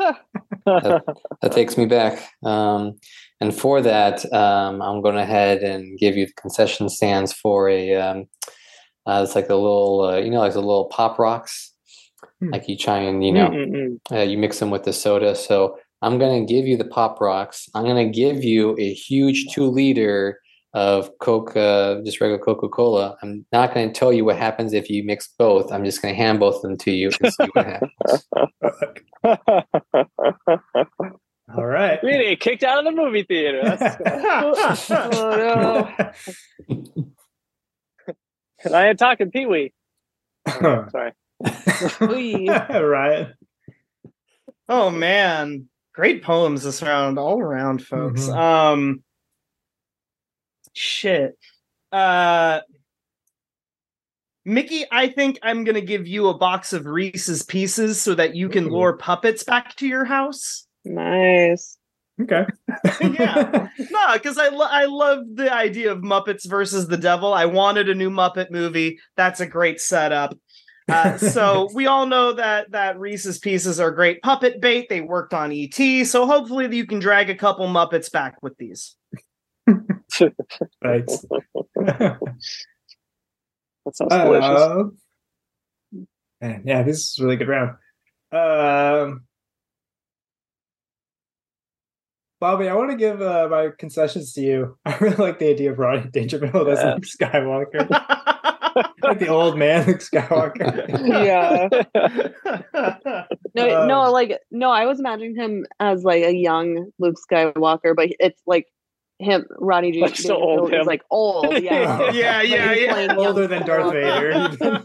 [SPEAKER 5] that takes me back. Um, and for that, um, I'm going ahead and give you the concession stands for a. Um, uh, it's like a little, uh, you know, like the little pop rocks.
[SPEAKER 1] Hmm.
[SPEAKER 5] Like you try and you know,
[SPEAKER 2] Mm-mm-mm.
[SPEAKER 5] uh, you mix them with the soda. So I'm going to give you the pop rocks. I'm going to give you a huge two liter of Coca, just regular Coca Cola. I'm not going to tell you what happens if you mix both. I'm just going to hand both of them to you and see what happens.
[SPEAKER 1] All right.
[SPEAKER 2] we get kicked out of the movie theater. That's-
[SPEAKER 3] Oh no.
[SPEAKER 2] and I ain't talking Pee Wee. Sorry.
[SPEAKER 1] Ryan.
[SPEAKER 4] Oh man, great poems this round, all around, folks.
[SPEAKER 1] Mhm.
[SPEAKER 4] Um, shit. Uh, Mickey, I think I'm gonna give you a box of Reese's Pieces so that you can
[SPEAKER 1] Ooh.
[SPEAKER 4] lure puppets back to your house.
[SPEAKER 3] Nice.
[SPEAKER 1] Okay.
[SPEAKER 4] Yeah. No, because I lo- I love the idea of Muppets versus the Devil. I wanted a new Muppet movie. That's a great setup. Uh, so we all know that that Reese's Pieces are great puppet bait. They worked on ET, so hopefully you can drag a couple Muppets back with these.
[SPEAKER 1] Thanks.
[SPEAKER 2] That sounds delicious.
[SPEAKER 1] Uh, man, yeah, this is a really good round. Um, Bobby, I want to give uh, my concessions to you. I really like the idea of Rodney Dangerfield as
[SPEAKER 2] Yeah.
[SPEAKER 1] Luke Skywalker, like the old man Luke Skywalker.
[SPEAKER 3] Yeah. No, no,
[SPEAKER 1] Um,
[SPEAKER 3] like no, I was imagining him as like a young Luke Skywalker, but it's like him Rodney J-
[SPEAKER 2] Like, so old
[SPEAKER 3] Dangerfield is
[SPEAKER 2] him.
[SPEAKER 3] like old, yeah.
[SPEAKER 4] yeah, yeah,
[SPEAKER 3] He's
[SPEAKER 4] yeah.
[SPEAKER 3] playing young
[SPEAKER 1] Older than Darth Vader.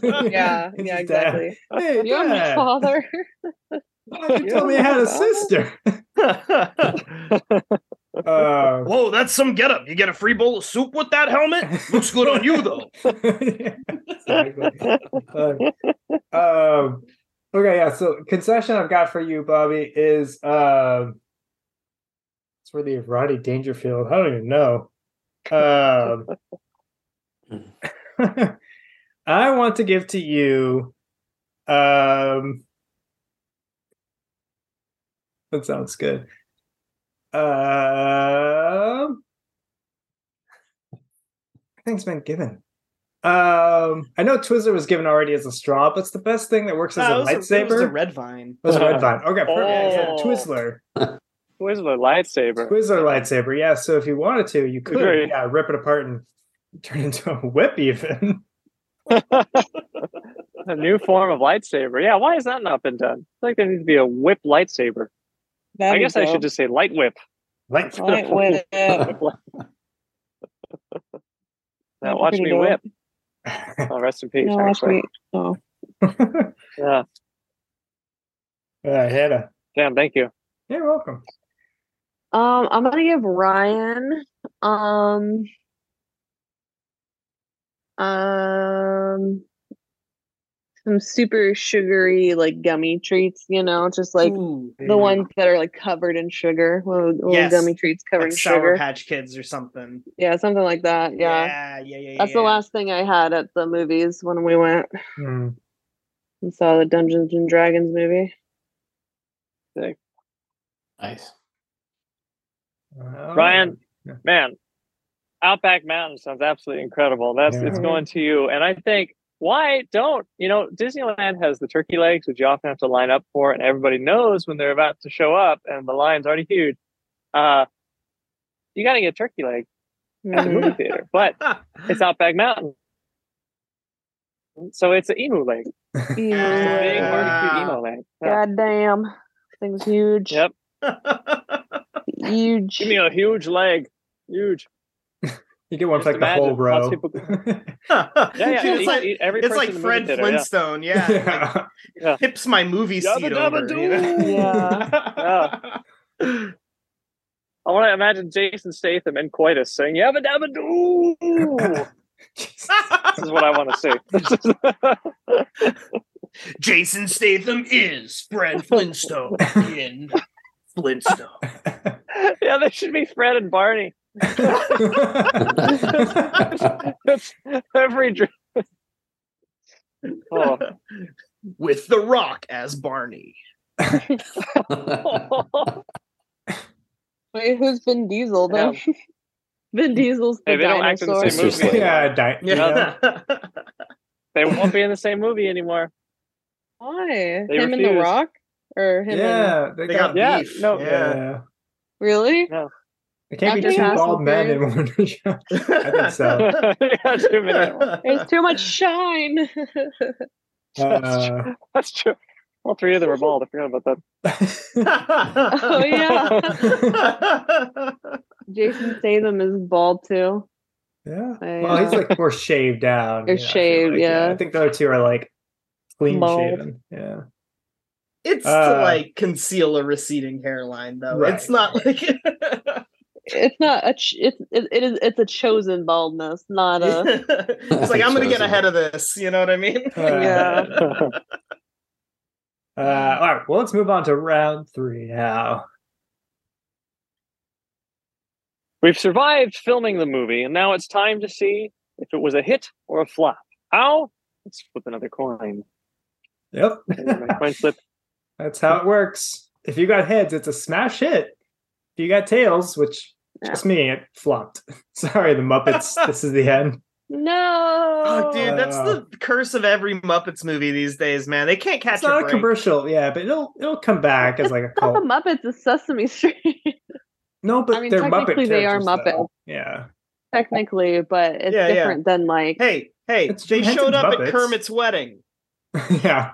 [SPEAKER 3] Yeah,
[SPEAKER 1] It's
[SPEAKER 3] yeah,
[SPEAKER 1] his dad.
[SPEAKER 3] exactly.
[SPEAKER 1] Hey,
[SPEAKER 3] You're my
[SPEAKER 1] Dad,
[SPEAKER 3] father.
[SPEAKER 1] why'd you told me I had a sister. Um,
[SPEAKER 4] Whoa, that's some getup. You get a free bowl of soup with that helmet. Looks good on you though.
[SPEAKER 1] exactly. Uh, Um, okay, yeah. So concession I've got for you, Bobby, is uh, it's really Roddy Dangerfield. I don't even know. Um, I want to give to you. Um, that sounds good. Um, I think it's been given. Um, I know Twizzler was given already as a straw, but it's the best thing that works as
[SPEAKER 4] Ah,
[SPEAKER 1] a
[SPEAKER 4] it was it was
[SPEAKER 1] lightsaber.
[SPEAKER 4] a red vine.
[SPEAKER 1] It was a red vine. Okay, perfect.
[SPEAKER 2] Oh.
[SPEAKER 1] Twizzler.
[SPEAKER 2] Where's the lightsaber?
[SPEAKER 1] Twizzler lightsaber. Yeah, so if you wanted to, you could
[SPEAKER 2] Agree.
[SPEAKER 1] yeah, rip it apart and turn it into a whip even.
[SPEAKER 2] a new form of lightsaber. Yeah, why has that not been done? It's like there needs to be a whip lightsaber. I guess I should just say light whip.
[SPEAKER 1] Light.
[SPEAKER 3] Light whip. That'd
[SPEAKER 2] Now
[SPEAKER 3] be
[SPEAKER 2] watch
[SPEAKER 3] pretty
[SPEAKER 2] me
[SPEAKER 3] dope.
[SPEAKER 2] whip. Oh, rest in peace.
[SPEAKER 3] No, watch
[SPEAKER 2] actually.
[SPEAKER 3] me. Oh,
[SPEAKER 2] Yeah.
[SPEAKER 1] Yeah, Hannah.
[SPEAKER 2] Damn. Thank you.
[SPEAKER 1] You're welcome.
[SPEAKER 3] Um, I'm gonna give Ryan um um some super sugary like gummy treats, you know, just like
[SPEAKER 4] Ooh,
[SPEAKER 3] the ones that are like covered in sugar, little, little
[SPEAKER 4] Yes.
[SPEAKER 3] gummy treats covered
[SPEAKER 4] like
[SPEAKER 3] in
[SPEAKER 4] Sour
[SPEAKER 3] sugar.
[SPEAKER 4] Patch Kids or something.
[SPEAKER 3] Yeah, something like that. Yeah.
[SPEAKER 4] yeah, yeah. yeah,
[SPEAKER 3] That's
[SPEAKER 4] yeah.
[SPEAKER 3] the last thing I had at the movies when we went
[SPEAKER 1] Hmm.
[SPEAKER 3] and saw the Dungeons and Dragons movie.
[SPEAKER 5] Nice.
[SPEAKER 1] Well,
[SPEAKER 2] Ryan.
[SPEAKER 1] Yeah.
[SPEAKER 2] Man, Outback Mountain sounds absolutely incredible. That's it's
[SPEAKER 1] Yeah.
[SPEAKER 2] going to you. And I think why don't you know Disneyland has the turkey legs, which you often have to line up for, and everybody knows when they're about to show up, and the line's already huge. Uh, you got to get turkey leg at the
[SPEAKER 3] Mhm.
[SPEAKER 2] movie theater, but it's Outback Mountain. So it's an emu leg,
[SPEAKER 3] Emu
[SPEAKER 2] It's a big
[SPEAKER 3] leg.
[SPEAKER 2] barbecue emu leg. Yeah.
[SPEAKER 3] God damn. Thing's huge.
[SPEAKER 2] Yep.
[SPEAKER 3] Huge.
[SPEAKER 2] Give me a huge leg, huge.
[SPEAKER 1] You get one
[SPEAKER 2] Just
[SPEAKER 1] for like the
[SPEAKER 2] imagine
[SPEAKER 1] whole row.
[SPEAKER 2] lots of Yeah, yeah.
[SPEAKER 4] it's
[SPEAKER 2] eat-
[SPEAKER 4] like
[SPEAKER 2] eat every
[SPEAKER 4] it's
[SPEAKER 2] person
[SPEAKER 4] like
[SPEAKER 2] in the movie
[SPEAKER 4] Fred
[SPEAKER 2] theater, yeah.
[SPEAKER 4] Flintstone. Yeah, Like,
[SPEAKER 1] yeah.
[SPEAKER 4] tips my movie
[SPEAKER 2] Yabba
[SPEAKER 4] seat
[SPEAKER 2] dabba
[SPEAKER 4] over.
[SPEAKER 2] doo.
[SPEAKER 4] you know?
[SPEAKER 3] Yeah.
[SPEAKER 2] I want to imagine Jason Statham and Coitus saying "Yabba Dabba Doo." This is what I want to see.
[SPEAKER 4] Jason Statham is Fred Flintstone in Flintstone.
[SPEAKER 2] yeah, they should be Fred and Barney. That's every dr- oh.
[SPEAKER 4] with The Rock as Barney.
[SPEAKER 3] Wait, who's Vin Diesel though? Vin Diesel's the
[SPEAKER 2] Hey, they don't act in the
[SPEAKER 3] dinosaur.
[SPEAKER 2] same
[SPEAKER 5] Mr.
[SPEAKER 2] movie.
[SPEAKER 5] Slade.
[SPEAKER 1] yeah, di-
[SPEAKER 4] Yeah.
[SPEAKER 2] They won't be in the same movie anymore.
[SPEAKER 3] Why?
[SPEAKER 2] They
[SPEAKER 3] him and The
[SPEAKER 2] refuse.
[SPEAKER 3] Rock, or him? And...
[SPEAKER 1] yeah,
[SPEAKER 4] they got
[SPEAKER 2] Yeah,
[SPEAKER 4] beef.
[SPEAKER 2] no.
[SPEAKER 4] Yeah.
[SPEAKER 1] yeah.
[SPEAKER 3] Really?
[SPEAKER 1] It can't
[SPEAKER 3] After
[SPEAKER 1] be two
[SPEAKER 3] Fast
[SPEAKER 1] bald
[SPEAKER 3] and
[SPEAKER 1] men in one shot. I think so.
[SPEAKER 2] yeah, too many.
[SPEAKER 3] There's too much shine.
[SPEAKER 1] Uh,
[SPEAKER 2] That's true. All three of them were bald. I forgot about that.
[SPEAKER 3] oh yeah. Jason Statham is bald too.
[SPEAKER 1] yeah.
[SPEAKER 3] I,
[SPEAKER 1] Well, he's
[SPEAKER 3] uh,
[SPEAKER 1] like more shaved down.
[SPEAKER 3] They're
[SPEAKER 1] I feel
[SPEAKER 3] shaved,
[SPEAKER 1] like,
[SPEAKER 3] yeah.
[SPEAKER 1] I think the other two are like clean
[SPEAKER 3] Bald.
[SPEAKER 1] shaven. Yeah.
[SPEAKER 4] It's to
[SPEAKER 1] Uh,
[SPEAKER 4] like conceal a receding hairline, though.
[SPEAKER 1] Right.
[SPEAKER 4] It's not like
[SPEAKER 3] it's not a. Ch- it's it, it is it's a chosen baldness, not a.
[SPEAKER 4] it's like I'm gonna get ahead of this. You know what I mean?
[SPEAKER 1] Uh,
[SPEAKER 3] Yeah.
[SPEAKER 1] Uh, all right. Well, let's move on to round three now.
[SPEAKER 2] We've survived filming the movie, and now it's time to see if it was a hit or a flop. How? Let's flip another coin.
[SPEAKER 1] Yep.
[SPEAKER 3] Oh
[SPEAKER 2] My coin flip.
[SPEAKER 1] That's how it works. If you got heads, it's a smash hit. If you got tails, which just me, it flopped. Sorry, the Muppets. this is the end.
[SPEAKER 3] No.
[SPEAKER 4] Oh, dude, that's
[SPEAKER 1] Uh,
[SPEAKER 4] the curse of every Muppets movie these days, man. They can't catch
[SPEAKER 1] It's not
[SPEAKER 4] a
[SPEAKER 1] a
[SPEAKER 4] break.
[SPEAKER 1] commercial, yeah, but it'll it'll come back as like a
[SPEAKER 3] It's not the
[SPEAKER 4] Oh.
[SPEAKER 1] cult.
[SPEAKER 3] Muppets. It's Sesame Street.
[SPEAKER 1] No, but
[SPEAKER 3] I mean,
[SPEAKER 1] they're Muppet
[SPEAKER 3] technically they are
[SPEAKER 1] characters,
[SPEAKER 3] Muppet.
[SPEAKER 1] though. Yeah,
[SPEAKER 3] Technically, but it's
[SPEAKER 4] Yeah, yeah.
[SPEAKER 3] different than like.
[SPEAKER 4] Hey, hey,
[SPEAKER 1] It's
[SPEAKER 4] they
[SPEAKER 1] Jim
[SPEAKER 4] showed
[SPEAKER 1] Henson's
[SPEAKER 4] up
[SPEAKER 1] Muppets.
[SPEAKER 4] at Kermit's wedding.
[SPEAKER 1] yeah.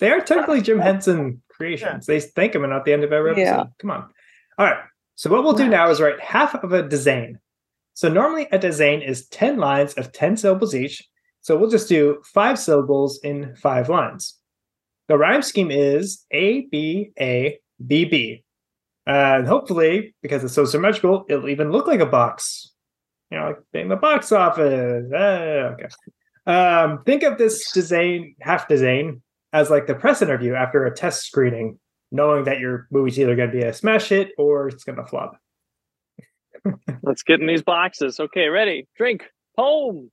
[SPEAKER 1] They are technically Jim Henson creations. They thank him at the end of every episode.
[SPEAKER 3] Yeah.
[SPEAKER 1] Come on. All right. So what we'll do now is write half of a design. So normally a design is ten lines of ten syllables each. So we'll just do five syllables in five lines. The rhyme scheme is A B A B B. And hopefully, because it's so symmetrical, it'll even look like a box. You know, like being the box office. Ah, okay. Um, think of this design, half design, as like the press interview after a test screening, knowing that your movie's either going to be a smash hit or it's going to flop.
[SPEAKER 2] Let's get in these boxes. Okay, ready, drink, home.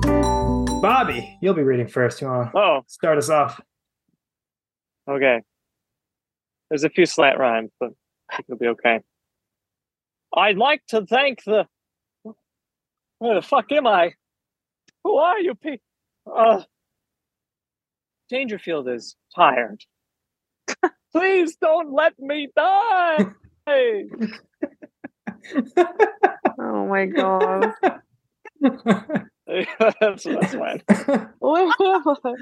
[SPEAKER 1] Bobby, you'll be reading first. You want to
[SPEAKER 2] Oh,
[SPEAKER 1] start us off?
[SPEAKER 2] okay. There's a few slant rhymes, but I think it'll be okay. I'd like to thank the. Where the fuck am I? Who are you, P? Uh, Dangerfield is tired. Please don't let me die.
[SPEAKER 3] Oh my god.
[SPEAKER 2] that's, that's fine.
[SPEAKER 3] What am I?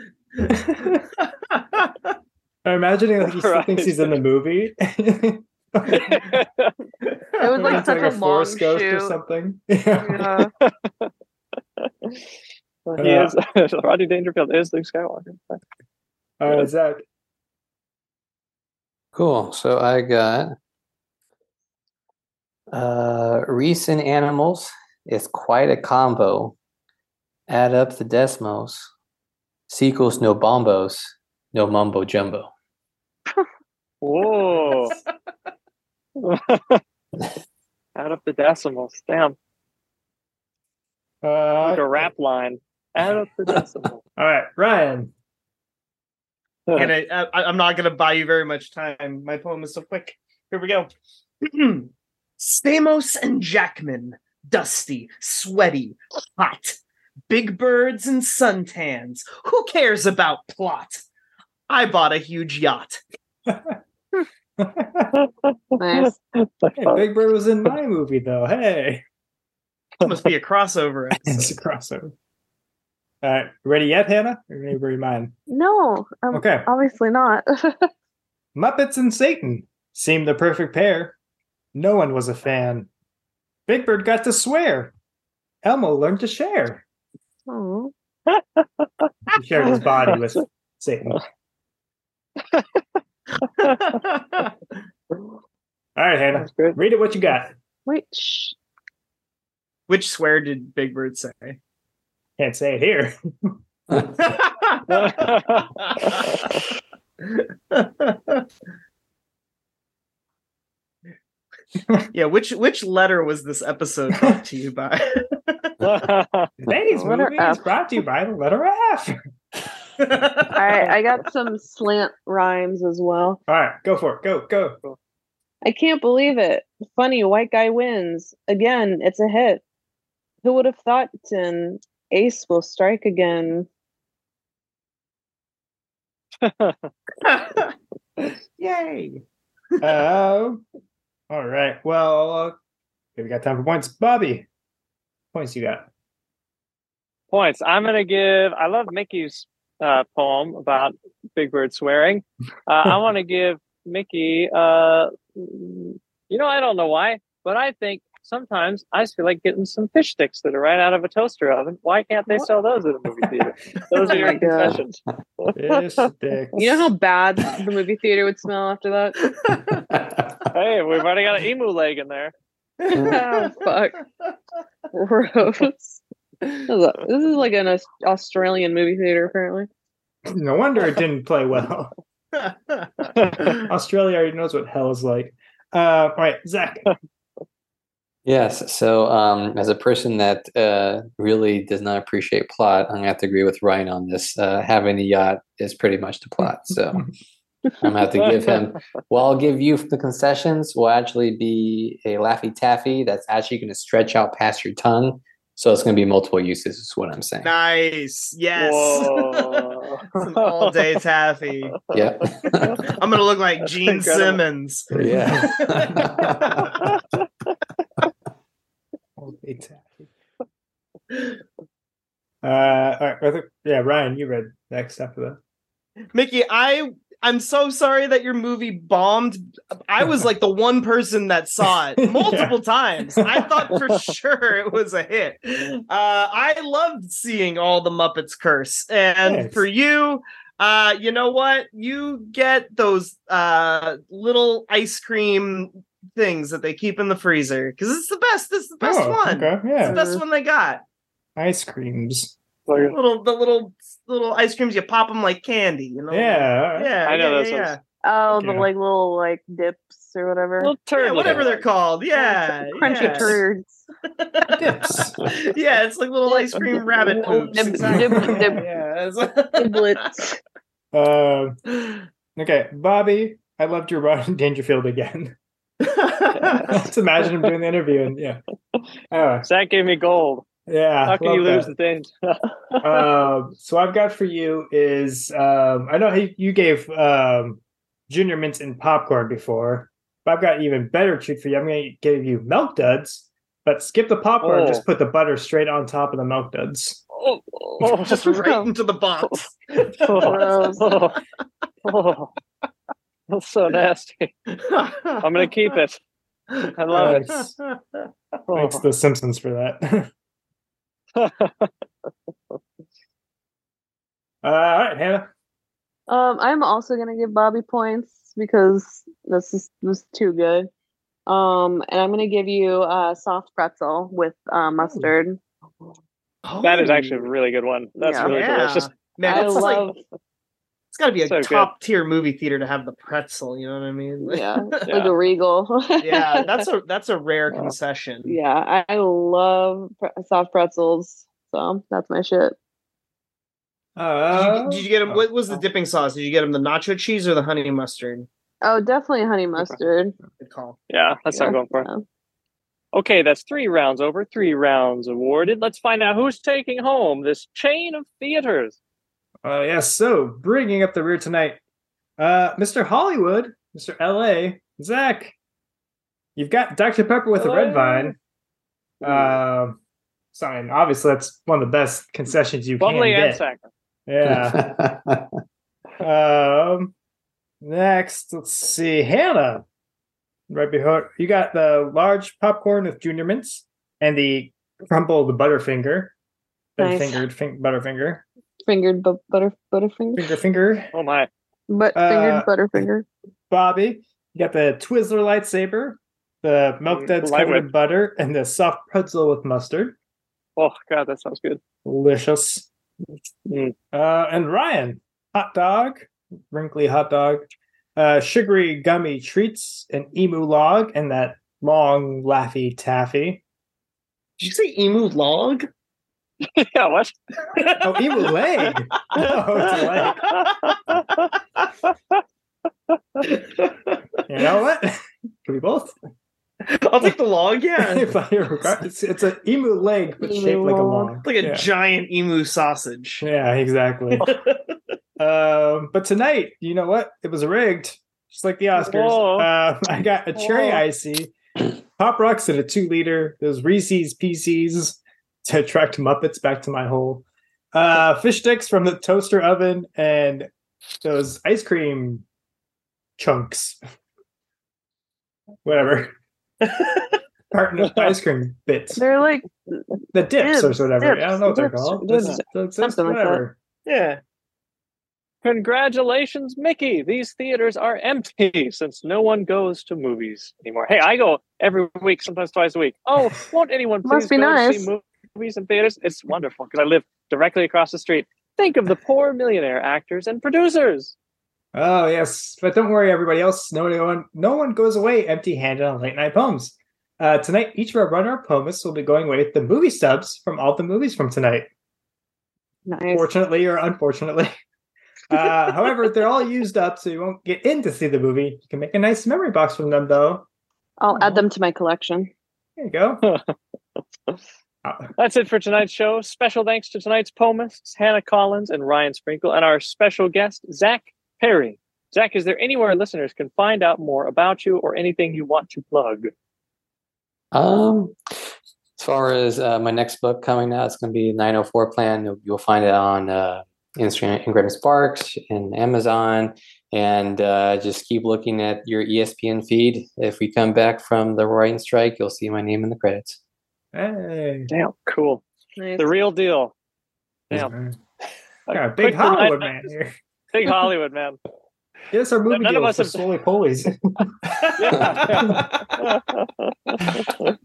[SPEAKER 1] I'm imagining like he still
[SPEAKER 2] Right.
[SPEAKER 1] thinks he's in the movie. it
[SPEAKER 3] was, like, such a long
[SPEAKER 1] forest ghost or
[SPEAKER 3] shoot.
[SPEAKER 1] something.
[SPEAKER 3] Yeah.
[SPEAKER 2] he is Rodney Dangerfield is Luke Skywalker.
[SPEAKER 1] All right, Zach.
[SPEAKER 5] Cool. So I got uh, Reese and animals. It's quite a combo. Add up the decimals. Sequels, no bombos, no mumbo jumbo.
[SPEAKER 2] Whoa. Out of the decimals. Damn.
[SPEAKER 1] Uh,
[SPEAKER 2] Like a rap line. Out of the decimals.
[SPEAKER 1] All right, Ryan.
[SPEAKER 4] and I, I, I'm not going to buy you very much time. My poem is so quick. Here we go. Stamos and Jackman, dusty, sweaty, hot, big birds and suntans. Who cares about plot? I bought a huge yacht.
[SPEAKER 3] Nice.
[SPEAKER 1] Hey,
[SPEAKER 2] Uh,
[SPEAKER 1] Big Bird was in my movie though. Hey,
[SPEAKER 4] It must be a crossover.
[SPEAKER 1] it's
[SPEAKER 4] episode.
[SPEAKER 1] a crossover. All right, ready yet, Hannah? Or ready to read mine?
[SPEAKER 3] No, I'm
[SPEAKER 1] Okay.
[SPEAKER 3] obviously not.
[SPEAKER 1] Muppets and Satan seemed the perfect pair. No one was a fan. Big Bird got to swear. Elmo learned to share.
[SPEAKER 3] oh.
[SPEAKER 1] He shared his body with Satan. All right, Hannah,
[SPEAKER 2] That's good.
[SPEAKER 1] read it. What you got?
[SPEAKER 3] Wait, shh.
[SPEAKER 4] Which swear did Big Bird say?
[SPEAKER 1] Can't say it here.
[SPEAKER 4] yeah, which which letter was this episode brought to you by?
[SPEAKER 1] Today's
[SPEAKER 3] Letter
[SPEAKER 1] movie is
[SPEAKER 3] F.
[SPEAKER 1] brought to you by the letter F.
[SPEAKER 3] All right, I got some slant rhymes as well.
[SPEAKER 1] All right, go for it. Go, go.
[SPEAKER 3] I can't believe it. Funny white guy wins. Again, it's a hit. Who would have thought Tin Ace will strike again?
[SPEAKER 4] Yay!
[SPEAKER 1] Uh, all right. Well, uh, okay, we got time for points. Bobby, points you got?
[SPEAKER 2] Points. I'm gonna give I love Mickey's uh, poem about Big Bird swearing. Uh, I wanna give Mickey uh, you know, I don't know why, but I think sometimes I just feel like getting some fish sticks that are right out of a toaster oven. Why can't they sell those at a movie theater? Those are
[SPEAKER 3] Oh my
[SPEAKER 2] your
[SPEAKER 3] God.
[SPEAKER 2] confessions.
[SPEAKER 1] Fish sticks.
[SPEAKER 3] You know how bad the movie theater would smell after that?
[SPEAKER 2] Hey, we've already got an emu leg in there.
[SPEAKER 3] oh, fuck. Gross. This is, a- this is like an Aus- Australian movie theater, apparently.
[SPEAKER 1] No wonder it didn't play well. Australia already knows what hell is like. Uh, all right, Zach.
[SPEAKER 5] Yes. So, um, as a person that uh, really does not appreciate plot, I'm going to have to agree with Ryan on this. Uh, having a yacht is pretty much the plot. So, I'm going to have to give him, well, I'll give you the concessions, will actually be a Laffy Taffy that's actually going to stretch out past your tongue. So, it's going to be multiple uses, is what I'm saying.
[SPEAKER 4] nice. Yes.
[SPEAKER 2] Whoa.
[SPEAKER 4] Some all day taffy.
[SPEAKER 5] Yep.
[SPEAKER 4] I'm gonna look like Gene
[SPEAKER 2] Incredible.
[SPEAKER 4] Simmons.
[SPEAKER 5] yeah.
[SPEAKER 1] Uh, all right, I think, yeah, Ryan, you read next after that.
[SPEAKER 4] Mickey, I I'm so sorry that your movie bombed. I was like the one person that saw it multiple times. I thought for sure it was a hit. Uh, I loved seeing all the Muppets curse, and
[SPEAKER 1] Thanks.
[SPEAKER 4] for you, Uh, you know what? You get those uh little ice cream things that they keep in the freezer because it's the best. It's the best
[SPEAKER 1] Oh,
[SPEAKER 4] one.
[SPEAKER 1] Okay.
[SPEAKER 4] It's the
[SPEAKER 1] Yeah.
[SPEAKER 4] best one they got.
[SPEAKER 1] Ice creams.
[SPEAKER 4] Little the little little ice creams. You pop them like candy. You know.
[SPEAKER 1] Yeah.
[SPEAKER 4] Yeah.
[SPEAKER 2] I know
[SPEAKER 4] yeah,
[SPEAKER 2] those
[SPEAKER 4] yeah,
[SPEAKER 2] ones.
[SPEAKER 4] yeah.
[SPEAKER 3] Oh, the
[SPEAKER 1] Yeah.
[SPEAKER 3] like little like dips or whatever.
[SPEAKER 2] Little turd
[SPEAKER 4] Yeah, whatever
[SPEAKER 2] looking
[SPEAKER 4] they're called. Yeah.
[SPEAKER 3] crunchy
[SPEAKER 4] yeah.
[SPEAKER 3] turds.
[SPEAKER 1] Dips.
[SPEAKER 4] yeah, it's like little ice cream rabbit
[SPEAKER 2] Oh,
[SPEAKER 3] Little
[SPEAKER 4] poops.
[SPEAKER 3] nib-
[SPEAKER 4] Exactly.
[SPEAKER 3] nib- nib-
[SPEAKER 4] Yeah,
[SPEAKER 3] Giblets.
[SPEAKER 1] Um
[SPEAKER 4] yeah.
[SPEAKER 1] okay, Bobby. I loved your Rodney Dangerfield again. Let's imagine him doing the interview and yeah. Oh,
[SPEAKER 2] So that gave me gold.
[SPEAKER 1] yeah.
[SPEAKER 2] How can you
[SPEAKER 1] love that.
[SPEAKER 2] lose the thing?
[SPEAKER 1] um, so I've got for you is um, I know he, you gave um, Junior Mints and popcorn before, but I've got even better treat for you. I'm going to give you milk duds, but skip the popcorn.
[SPEAKER 2] Oh.
[SPEAKER 1] and Just put the butter straight on top of the milk duds.
[SPEAKER 2] oh, oh,
[SPEAKER 4] Just right into the box.
[SPEAKER 3] Gross.
[SPEAKER 2] oh, oh. That's so nasty. I'm gonna keep it. I love it.
[SPEAKER 1] Thanks,
[SPEAKER 2] Oh.
[SPEAKER 1] thanks the Simpsons for that. uh, Uh, all right, Hannah.
[SPEAKER 3] Um, I'm also gonna give Bobby points because this is was too good. Um, and I'm gonna give you a soft pretzel with uh, mustard.
[SPEAKER 2] That is actually a really good one. That's
[SPEAKER 3] Yeah.
[SPEAKER 2] really
[SPEAKER 4] Oh. Yeah.
[SPEAKER 2] delicious.
[SPEAKER 4] Man,
[SPEAKER 3] I
[SPEAKER 4] it's like
[SPEAKER 3] love
[SPEAKER 4] it's got to be a
[SPEAKER 2] So good.
[SPEAKER 4] top tier movie theater to have the pretzel. You know what I mean?
[SPEAKER 3] yeah, like
[SPEAKER 2] Yeah.
[SPEAKER 3] a regal.
[SPEAKER 4] yeah, that's a that's a rare concession.
[SPEAKER 3] yeah. I, I love pre- soft pretzels, so that's my shit.
[SPEAKER 4] Did
[SPEAKER 1] Uh,
[SPEAKER 4] you, did you
[SPEAKER 2] Oh.
[SPEAKER 4] get him? What was the dipping sauce? Did you get him the nacho cheese or the honey mustard?
[SPEAKER 3] Oh, definitely honey mustard. uh,
[SPEAKER 4] Good call.
[SPEAKER 2] Yeah, that's what I'm
[SPEAKER 3] Yeah.
[SPEAKER 2] going for. Okay, that's three rounds over, three rounds awarded. Let's find out who's taking home this chain of theaters.
[SPEAKER 1] Uh, yes. So bringing up the rear tonight, uh, Mr. Hollywood, Mr. LA, Zach. You've got Dr. Pepper with a red vine. Uh, sign. Obviously, that's one of the best concessions you
[SPEAKER 2] Lovely
[SPEAKER 1] can
[SPEAKER 2] and
[SPEAKER 1] get.
[SPEAKER 2] Sacker.
[SPEAKER 1] Yeah. um, next, let's see, Hannah. Right behind you got the large popcorn with junior mints and the crumbled butterfinger.
[SPEAKER 3] Nice.
[SPEAKER 1] Fingered fin- butterfinger.
[SPEAKER 3] Fingered bu- butter butterfinger,
[SPEAKER 1] Finger finger.
[SPEAKER 2] Oh my.
[SPEAKER 3] but
[SPEAKER 1] Uh,
[SPEAKER 3] fingered butterfinger.
[SPEAKER 1] Bobby. You got the Twizzler lightsaber, the milk
[SPEAKER 2] Mm,
[SPEAKER 1] duds covered in
[SPEAKER 2] lightweight.
[SPEAKER 1] butter, and the soft pretzel with mustard.
[SPEAKER 2] Oh god, that sounds good.
[SPEAKER 1] Delicious.
[SPEAKER 2] Mm.
[SPEAKER 1] Uh, and Ryan, hot dog, wrinkly hot dog, uh, sugary gummy treats, an emu log, and that long laffy taffy.
[SPEAKER 4] Did you say emu log?
[SPEAKER 2] yeah, what?
[SPEAKER 1] Oh, emu leg. Oh, it's a leg. You know what? Could be both.
[SPEAKER 4] I'll take the log. Yeah,
[SPEAKER 1] If I regard- it's, it's an emu leg, but
[SPEAKER 3] Emu
[SPEAKER 1] shaped like a
[SPEAKER 3] log.
[SPEAKER 1] log.
[SPEAKER 4] like a
[SPEAKER 1] yeah.
[SPEAKER 4] giant emu sausage.
[SPEAKER 1] Yeah, exactly. um, but tonight, you know what? It was rigged, just like the
[SPEAKER 2] Whoa.
[SPEAKER 1] Oscars. Um, I got a cherry
[SPEAKER 3] Whoa.
[SPEAKER 1] icy, pop rocks at a two liter, those Reese's PCs to attract Muppets back to my hole, uh, fish sticks from the toaster oven, and those ice cream chunks. Whatever. Carton of ice cream bits.
[SPEAKER 3] They're like
[SPEAKER 1] The dips or
[SPEAKER 3] Dibs,
[SPEAKER 1] whatever. I
[SPEAKER 3] dibs,
[SPEAKER 1] don't know what they're
[SPEAKER 3] dibs,
[SPEAKER 1] called.
[SPEAKER 3] dibs,
[SPEAKER 1] That's- that's-
[SPEAKER 3] something like that.
[SPEAKER 1] whatever.
[SPEAKER 4] Yeah.
[SPEAKER 2] Congratulations, Mickey. These theaters are empty since no one goes to movies anymore. Hey, I go every week, sometimes twice a week. Oh, won't anyone please
[SPEAKER 3] Must be
[SPEAKER 2] go
[SPEAKER 3] nice.
[SPEAKER 2] see movies in theaters? It's wonderful because I live directly across the street. Think of the poor millionaire actors and producers.
[SPEAKER 1] Oh yes, but don't worry, everybody else. No one, no one goes away empty-handed on late night poems. Uh, tonight, each of our runner-up poemists will be going away with the movie stubs from all the movies from tonight.
[SPEAKER 3] nice.
[SPEAKER 1] Fortunately or unfortunately. Uh, however, they're all used up, so you won't get in to see the movie. You can make a nice memory box from them, though.
[SPEAKER 3] I'll add them to my collection.
[SPEAKER 1] There you go.
[SPEAKER 2] That's it for tonight's show. Special thanks to tonight's poemists, Hannah Collins and Ryan Sprinkle, and our special guest, Zach Perry. Zach, is there anywhere listeners can find out more about you or anything you want to plug?
[SPEAKER 5] Um, as far as uh, my next book coming out, it's going to be 904 Plan. You'll- You'll find it on uh, Instagram, Ingram Sparks, and Amazon, and uh, just keep looking at your E ESPN feed. If we come back from the writing strike, you'll see my name in the credits.
[SPEAKER 1] Hey.
[SPEAKER 2] Damn, cool.
[SPEAKER 3] Nice.
[SPEAKER 2] The real deal.
[SPEAKER 1] Got a big
[SPEAKER 2] Quick reminder-
[SPEAKER 1] Hollywood man here.
[SPEAKER 2] Big Hollywood, man.
[SPEAKER 1] Yes, our movie
[SPEAKER 2] None of
[SPEAKER 1] deals
[SPEAKER 2] us
[SPEAKER 1] for Slowly
[SPEAKER 2] have-
[SPEAKER 1] Polies.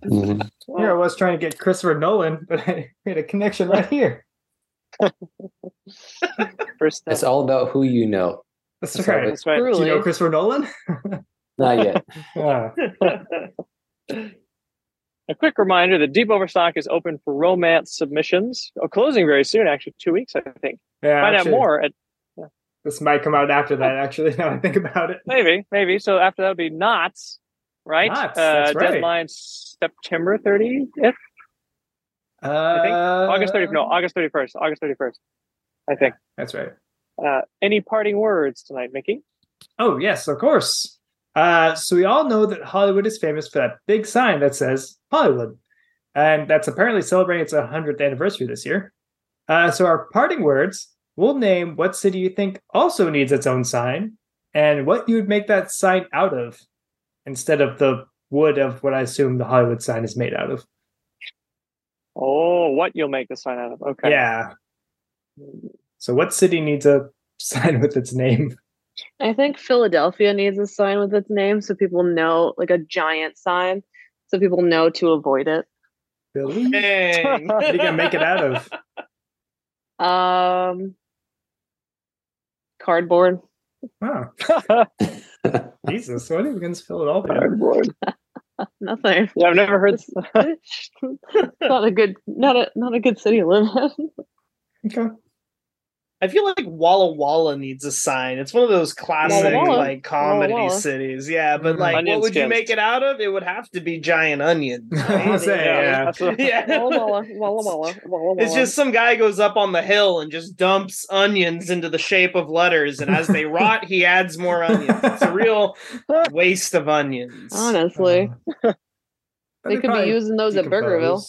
[SPEAKER 5] Mhm.
[SPEAKER 1] Here I was trying to get Christopher Nolan, but I made a connection right here.
[SPEAKER 2] First step.
[SPEAKER 5] It's all about who you know.
[SPEAKER 1] That's,
[SPEAKER 5] That's
[SPEAKER 1] right.
[SPEAKER 5] all
[SPEAKER 2] That's right.
[SPEAKER 1] Do you know
[SPEAKER 3] Truly.
[SPEAKER 1] Christopher Nolan?
[SPEAKER 5] Not yet.
[SPEAKER 1] Yeah.
[SPEAKER 2] A quick reminder that Deep Overstock is open for romance submissions. Oh, closing very soon, actually, two weeks, I think.
[SPEAKER 1] yeah
[SPEAKER 2] Find
[SPEAKER 1] actually,
[SPEAKER 2] out more at
[SPEAKER 1] This might come out after that, actually, now I think about it.
[SPEAKER 2] maybe, maybe. So after that would be Knots, right? Uh,
[SPEAKER 1] Knots, that's right.
[SPEAKER 2] Deadline September 30th,
[SPEAKER 1] Uh,
[SPEAKER 2] think August 30th. No, August 31st. August 31st, I think.
[SPEAKER 1] That's right.
[SPEAKER 2] Uh, any parting words tonight, Mickey?
[SPEAKER 1] Oh, yes, of course. Uh, so we all know that Hollywood is famous for that big sign that says Hollywood. And that's apparently celebrating its 100th anniversary this year. Uh, so our parting words will name what city you think also needs its own sign and what you would make that sign out of instead of the wood of what I assume the Hollywood sign is made out of.
[SPEAKER 2] Oh, what you'll make the sign out of. Okay.
[SPEAKER 1] Yeah. So what city needs a sign with its name?
[SPEAKER 3] I think Philadelphia needs a sign with its name so people know, like a giant sign, so people know to avoid it.
[SPEAKER 1] Philly? What
[SPEAKER 4] Dang.
[SPEAKER 1] are you gonna make it out of?
[SPEAKER 3] Um, cardboard.
[SPEAKER 1] Wow. Jesus, what are against Philadelphia?
[SPEAKER 2] Cardboard.
[SPEAKER 3] Nothing.
[SPEAKER 2] Yeah, I've never heard.
[SPEAKER 3] It's not a good, not a not a good city to live in.
[SPEAKER 1] Okay.
[SPEAKER 4] I feel like Walla Walla needs a sign. It's one of those classic
[SPEAKER 3] Walla.
[SPEAKER 4] like comedy
[SPEAKER 3] Walla Walla.
[SPEAKER 4] cities. Yeah, but
[SPEAKER 1] Mhm.
[SPEAKER 4] like
[SPEAKER 2] Onion
[SPEAKER 4] what would you
[SPEAKER 2] skins.
[SPEAKER 4] make it out of? It would have to be giant onions.
[SPEAKER 1] I was gonna say,
[SPEAKER 2] Yeah,
[SPEAKER 1] yeah.
[SPEAKER 2] that's what-
[SPEAKER 4] yeah.
[SPEAKER 3] Walla Walla, Walla Walla, Walla
[SPEAKER 4] It's
[SPEAKER 3] Walla.
[SPEAKER 4] just some guy goes up on the hill and just dumps onions into the shape of letters, and as they rot, he adds more onions. It's a real waste of onions.
[SPEAKER 3] honestly,
[SPEAKER 1] Uh,
[SPEAKER 3] they could be
[SPEAKER 1] probably
[SPEAKER 3] using those at Burgerville.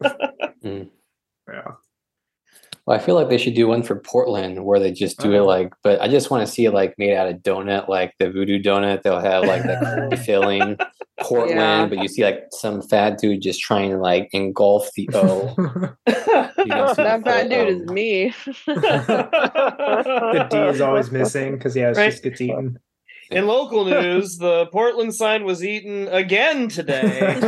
[SPEAKER 1] decompose.
[SPEAKER 5] Mm.
[SPEAKER 1] Yeah.
[SPEAKER 5] Well, I feel like they should do one for Portland where they just do it
[SPEAKER 1] Oh.
[SPEAKER 5] like, but I just want to see it like made out of donut, like the voodoo donut. They'll have like the curly filling Portland,
[SPEAKER 3] Yeah.
[SPEAKER 5] but you see like some fat dude just trying to like engulf the O. You don't see the
[SPEAKER 3] That fat
[SPEAKER 5] full
[SPEAKER 3] dude is
[SPEAKER 5] O.
[SPEAKER 3] me.
[SPEAKER 1] the D is always missing because yeah, it
[SPEAKER 4] Right.
[SPEAKER 1] just gets eaten.
[SPEAKER 4] In local news, the Portland sign was eaten again today.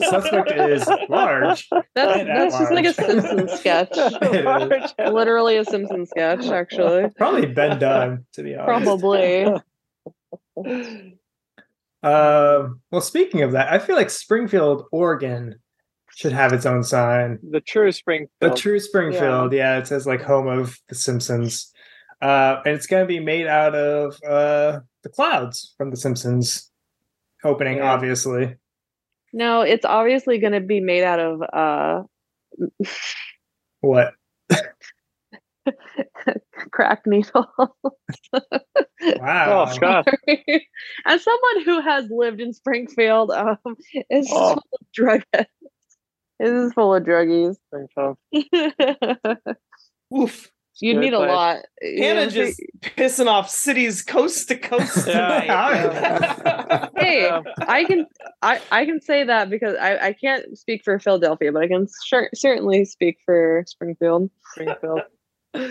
[SPEAKER 1] Suspect is large.
[SPEAKER 3] That's
[SPEAKER 1] At
[SPEAKER 3] that's just like a
[SPEAKER 1] large.
[SPEAKER 3] Simpsons sketch.
[SPEAKER 2] Large.
[SPEAKER 3] Literally a Simpsons sketch, actually.
[SPEAKER 1] Probably been done, to be honest.
[SPEAKER 3] Probably.
[SPEAKER 1] Um, well, speaking of that, I feel like Springfield, Oregon, should have its own sign.
[SPEAKER 2] The true spring.
[SPEAKER 1] The true Springfield, yeah. It says like home of the Simpsons. Uh, and it's gonna be made out of uh the clouds from the Simpsons opening,
[SPEAKER 4] Yeah.
[SPEAKER 1] obviously.
[SPEAKER 3] No, it's obviously going to be made out of uh
[SPEAKER 1] What?
[SPEAKER 3] crack needles.
[SPEAKER 1] Wow.
[SPEAKER 2] Oh God!
[SPEAKER 3] As someone who has lived in Springfield, um, it's just
[SPEAKER 2] Oh.
[SPEAKER 3] full of drug. It is full of druggies.
[SPEAKER 2] Springfield.
[SPEAKER 3] you
[SPEAKER 4] Oof.
[SPEAKER 2] Good
[SPEAKER 3] need a
[SPEAKER 2] place.
[SPEAKER 3] lot. eh, You know,
[SPEAKER 4] Hannah
[SPEAKER 3] it's like-
[SPEAKER 4] just pissing off cities coast to coast tonight.
[SPEAKER 3] hey,
[SPEAKER 2] Yeah.
[SPEAKER 3] I can I, I can say that because I, I can't speak for Philadelphia, but I can cer- certainly speak for Springfield.
[SPEAKER 2] Springfield.
[SPEAKER 1] Uh,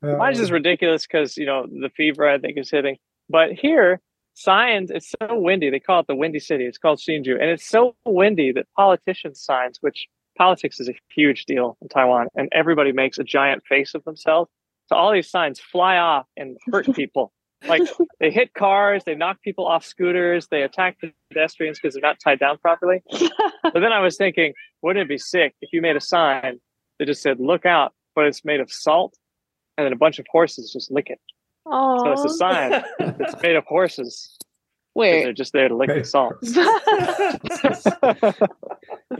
[SPEAKER 2] Oh, Mine's is ridiculous because you know the fever I think is hitting. But here, signs it's so windy. They call it the Windy City. It's called Shinju, and it's so windy that politicians' signs, which politics is a huge deal in Taiwan, and everybody makes a giant face of themselves. So all these signs fly off and hurt people. like they hit cars, they knock people off scooters, they attack pedestrians because they're not tied down properly. but then I was thinking, wouldn't it be sick if you made a sign that just said "Look out," but it's made of salt, and then a bunch of horses just lick it. So it's a
[SPEAKER 3] Oh,
[SPEAKER 2] sign that's made of horses. 'cause They're
[SPEAKER 3] wait.
[SPEAKER 2] just there to lick the salt.
[SPEAKER 3] the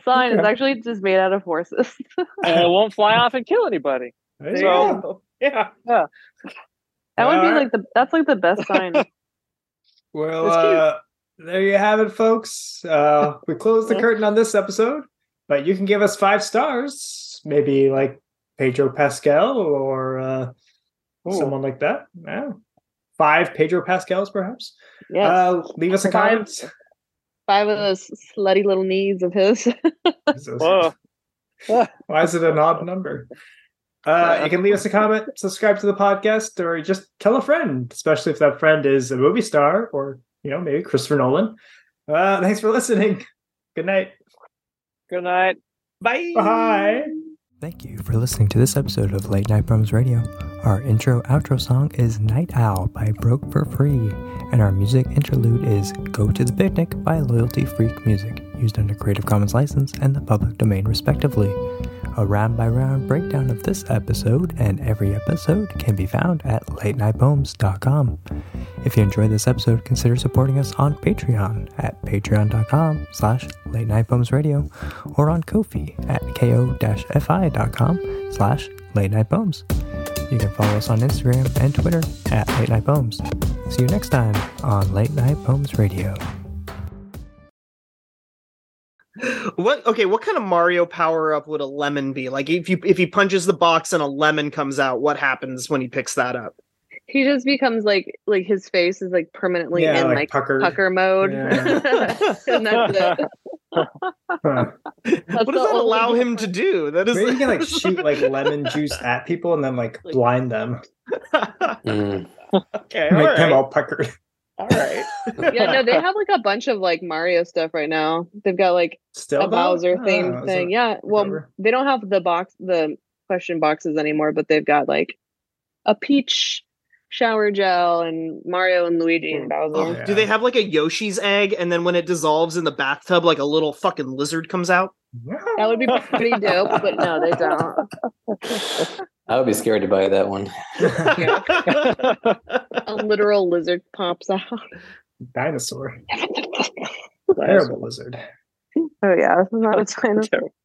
[SPEAKER 3] sign is actually just made out of horses.
[SPEAKER 2] And it won't fly off and kill anybody.
[SPEAKER 1] There you
[SPEAKER 2] So-
[SPEAKER 1] go.
[SPEAKER 4] yeah.
[SPEAKER 3] That would be
[SPEAKER 1] Alright.
[SPEAKER 3] like the that's like the best sign.
[SPEAKER 1] Well,
[SPEAKER 2] It's cute.
[SPEAKER 1] uh, there you have it, folks. Uh, we close the curtain on this episode, but you can give us five stars, maybe like Pedro Pascal or uh, someone like that. Yeah. Five Pedro Pascals, perhaps.
[SPEAKER 3] Yes,
[SPEAKER 1] Uh, leave us a
[SPEAKER 3] Five.
[SPEAKER 1] comment.
[SPEAKER 3] five of those slutty little knees of his.
[SPEAKER 1] Jesus.
[SPEAKER 2] Whoa.
[SPEAKER 1] Why is it an odd number? Uh, you can leave us a comment, subscribe to the podcast, or just tell a friend, especially if that friend is a movie star or, you know, maybe Christopher Nolan. Uh, thanks for listening. Good night.
[SPEAKER 2] Good night.
[SPEAKER 4] Bye.
[SPEAKER 1] Bye.
[SPEAKER 7] Thank you for listening to this episode of Late Night Bums Radio. Our intro outro song is Night Owl by Broke for Free, and our music interlude is Go to the Picnic by Loyalty Freak Music, used under Creative Commons license and the public domain respectively. A round by round breakdown of this episode and every episode can be found at latenightpoems.com. If you enjoyed this episode, consider supporting us on Patreon at patreon.com slash late night poems radio or on Kofi at ko-fi.com slash late night poems. You can follow us on Instagram and Twitter at late night poems. See you next time on Late Night Poems Radio.
[SPEAKER 4] What? Okay. What kind of Mario power up would a lemon be? Like if you if he punches the box and a lemon comes out, what happens when he picks that up?
[SPEAKER 3] He just becomes like like his face is like permanently
[SPEAKER 1] Yeah,
[SPEAKER 3] in
[SPEAKER 1] like
[SPEAKER 3] like,
[SPEAKER 1] puckered.
[SPEAKER 3] pucker. mode.
[SPEAKER 1] Yeah.
[SPEAKER 3] and that's it.
[SPEAKER 1] Huh.
[SPEAKER 3] That's
[SPEAKER 4] what does
[SPEAKER 3] the
[SPEAKER 4] that allow
[SPEAKER 3] only
[SPEAKER 4] him to do? That is
[SPEAKER 1] Maybe you can like shoot like lemon juice at people and then like
[SPEAKER 4] Like-
[SPEAKER 1] blind them,
[SPEAKER 5] Mm.
[SPEAKER 4] okay. All
[SPEAKER 1] make them
[SPEAKER 4] right.
[SPEAKER 1] all puckered.
[SPEAKER 4] All right.
[SPEAKER 3] Yeah, no, they have like a bunch of like Mario stuff right now. They've got like
[SPEAKER 1] Still Oh,
[SPEAKER 3] a Bowser themed thing. Yeah. Well,
[SPEAKER 1] uh, whatever.
[SPEAKER 3] they don't have the box the question boxes anymore, but they've got like a peach shower gel and Mario and Luigi and Bowser.
[SPEAKER 1] yeah.
[SPEAKER 4] Do they have like a Yoshi's egg, and then when it dissolves in the bathtub, like a little fucking lizard comes out?
[SPEAKER 3] That would be pretty dope, but no, they don't.
[SPEAKER 5] I would be scared to buy that one.
[SPEAKER 3] A literal lizard pops out.
[SPEAKER 1] Dinosaur.
[SPEAKER 3] oh
[SPEAKER 1] Terrible lizard.
[SPEAKER 3] Oh, yeah, this is not a dinosaur.
[SPEAKER 2] Terrible.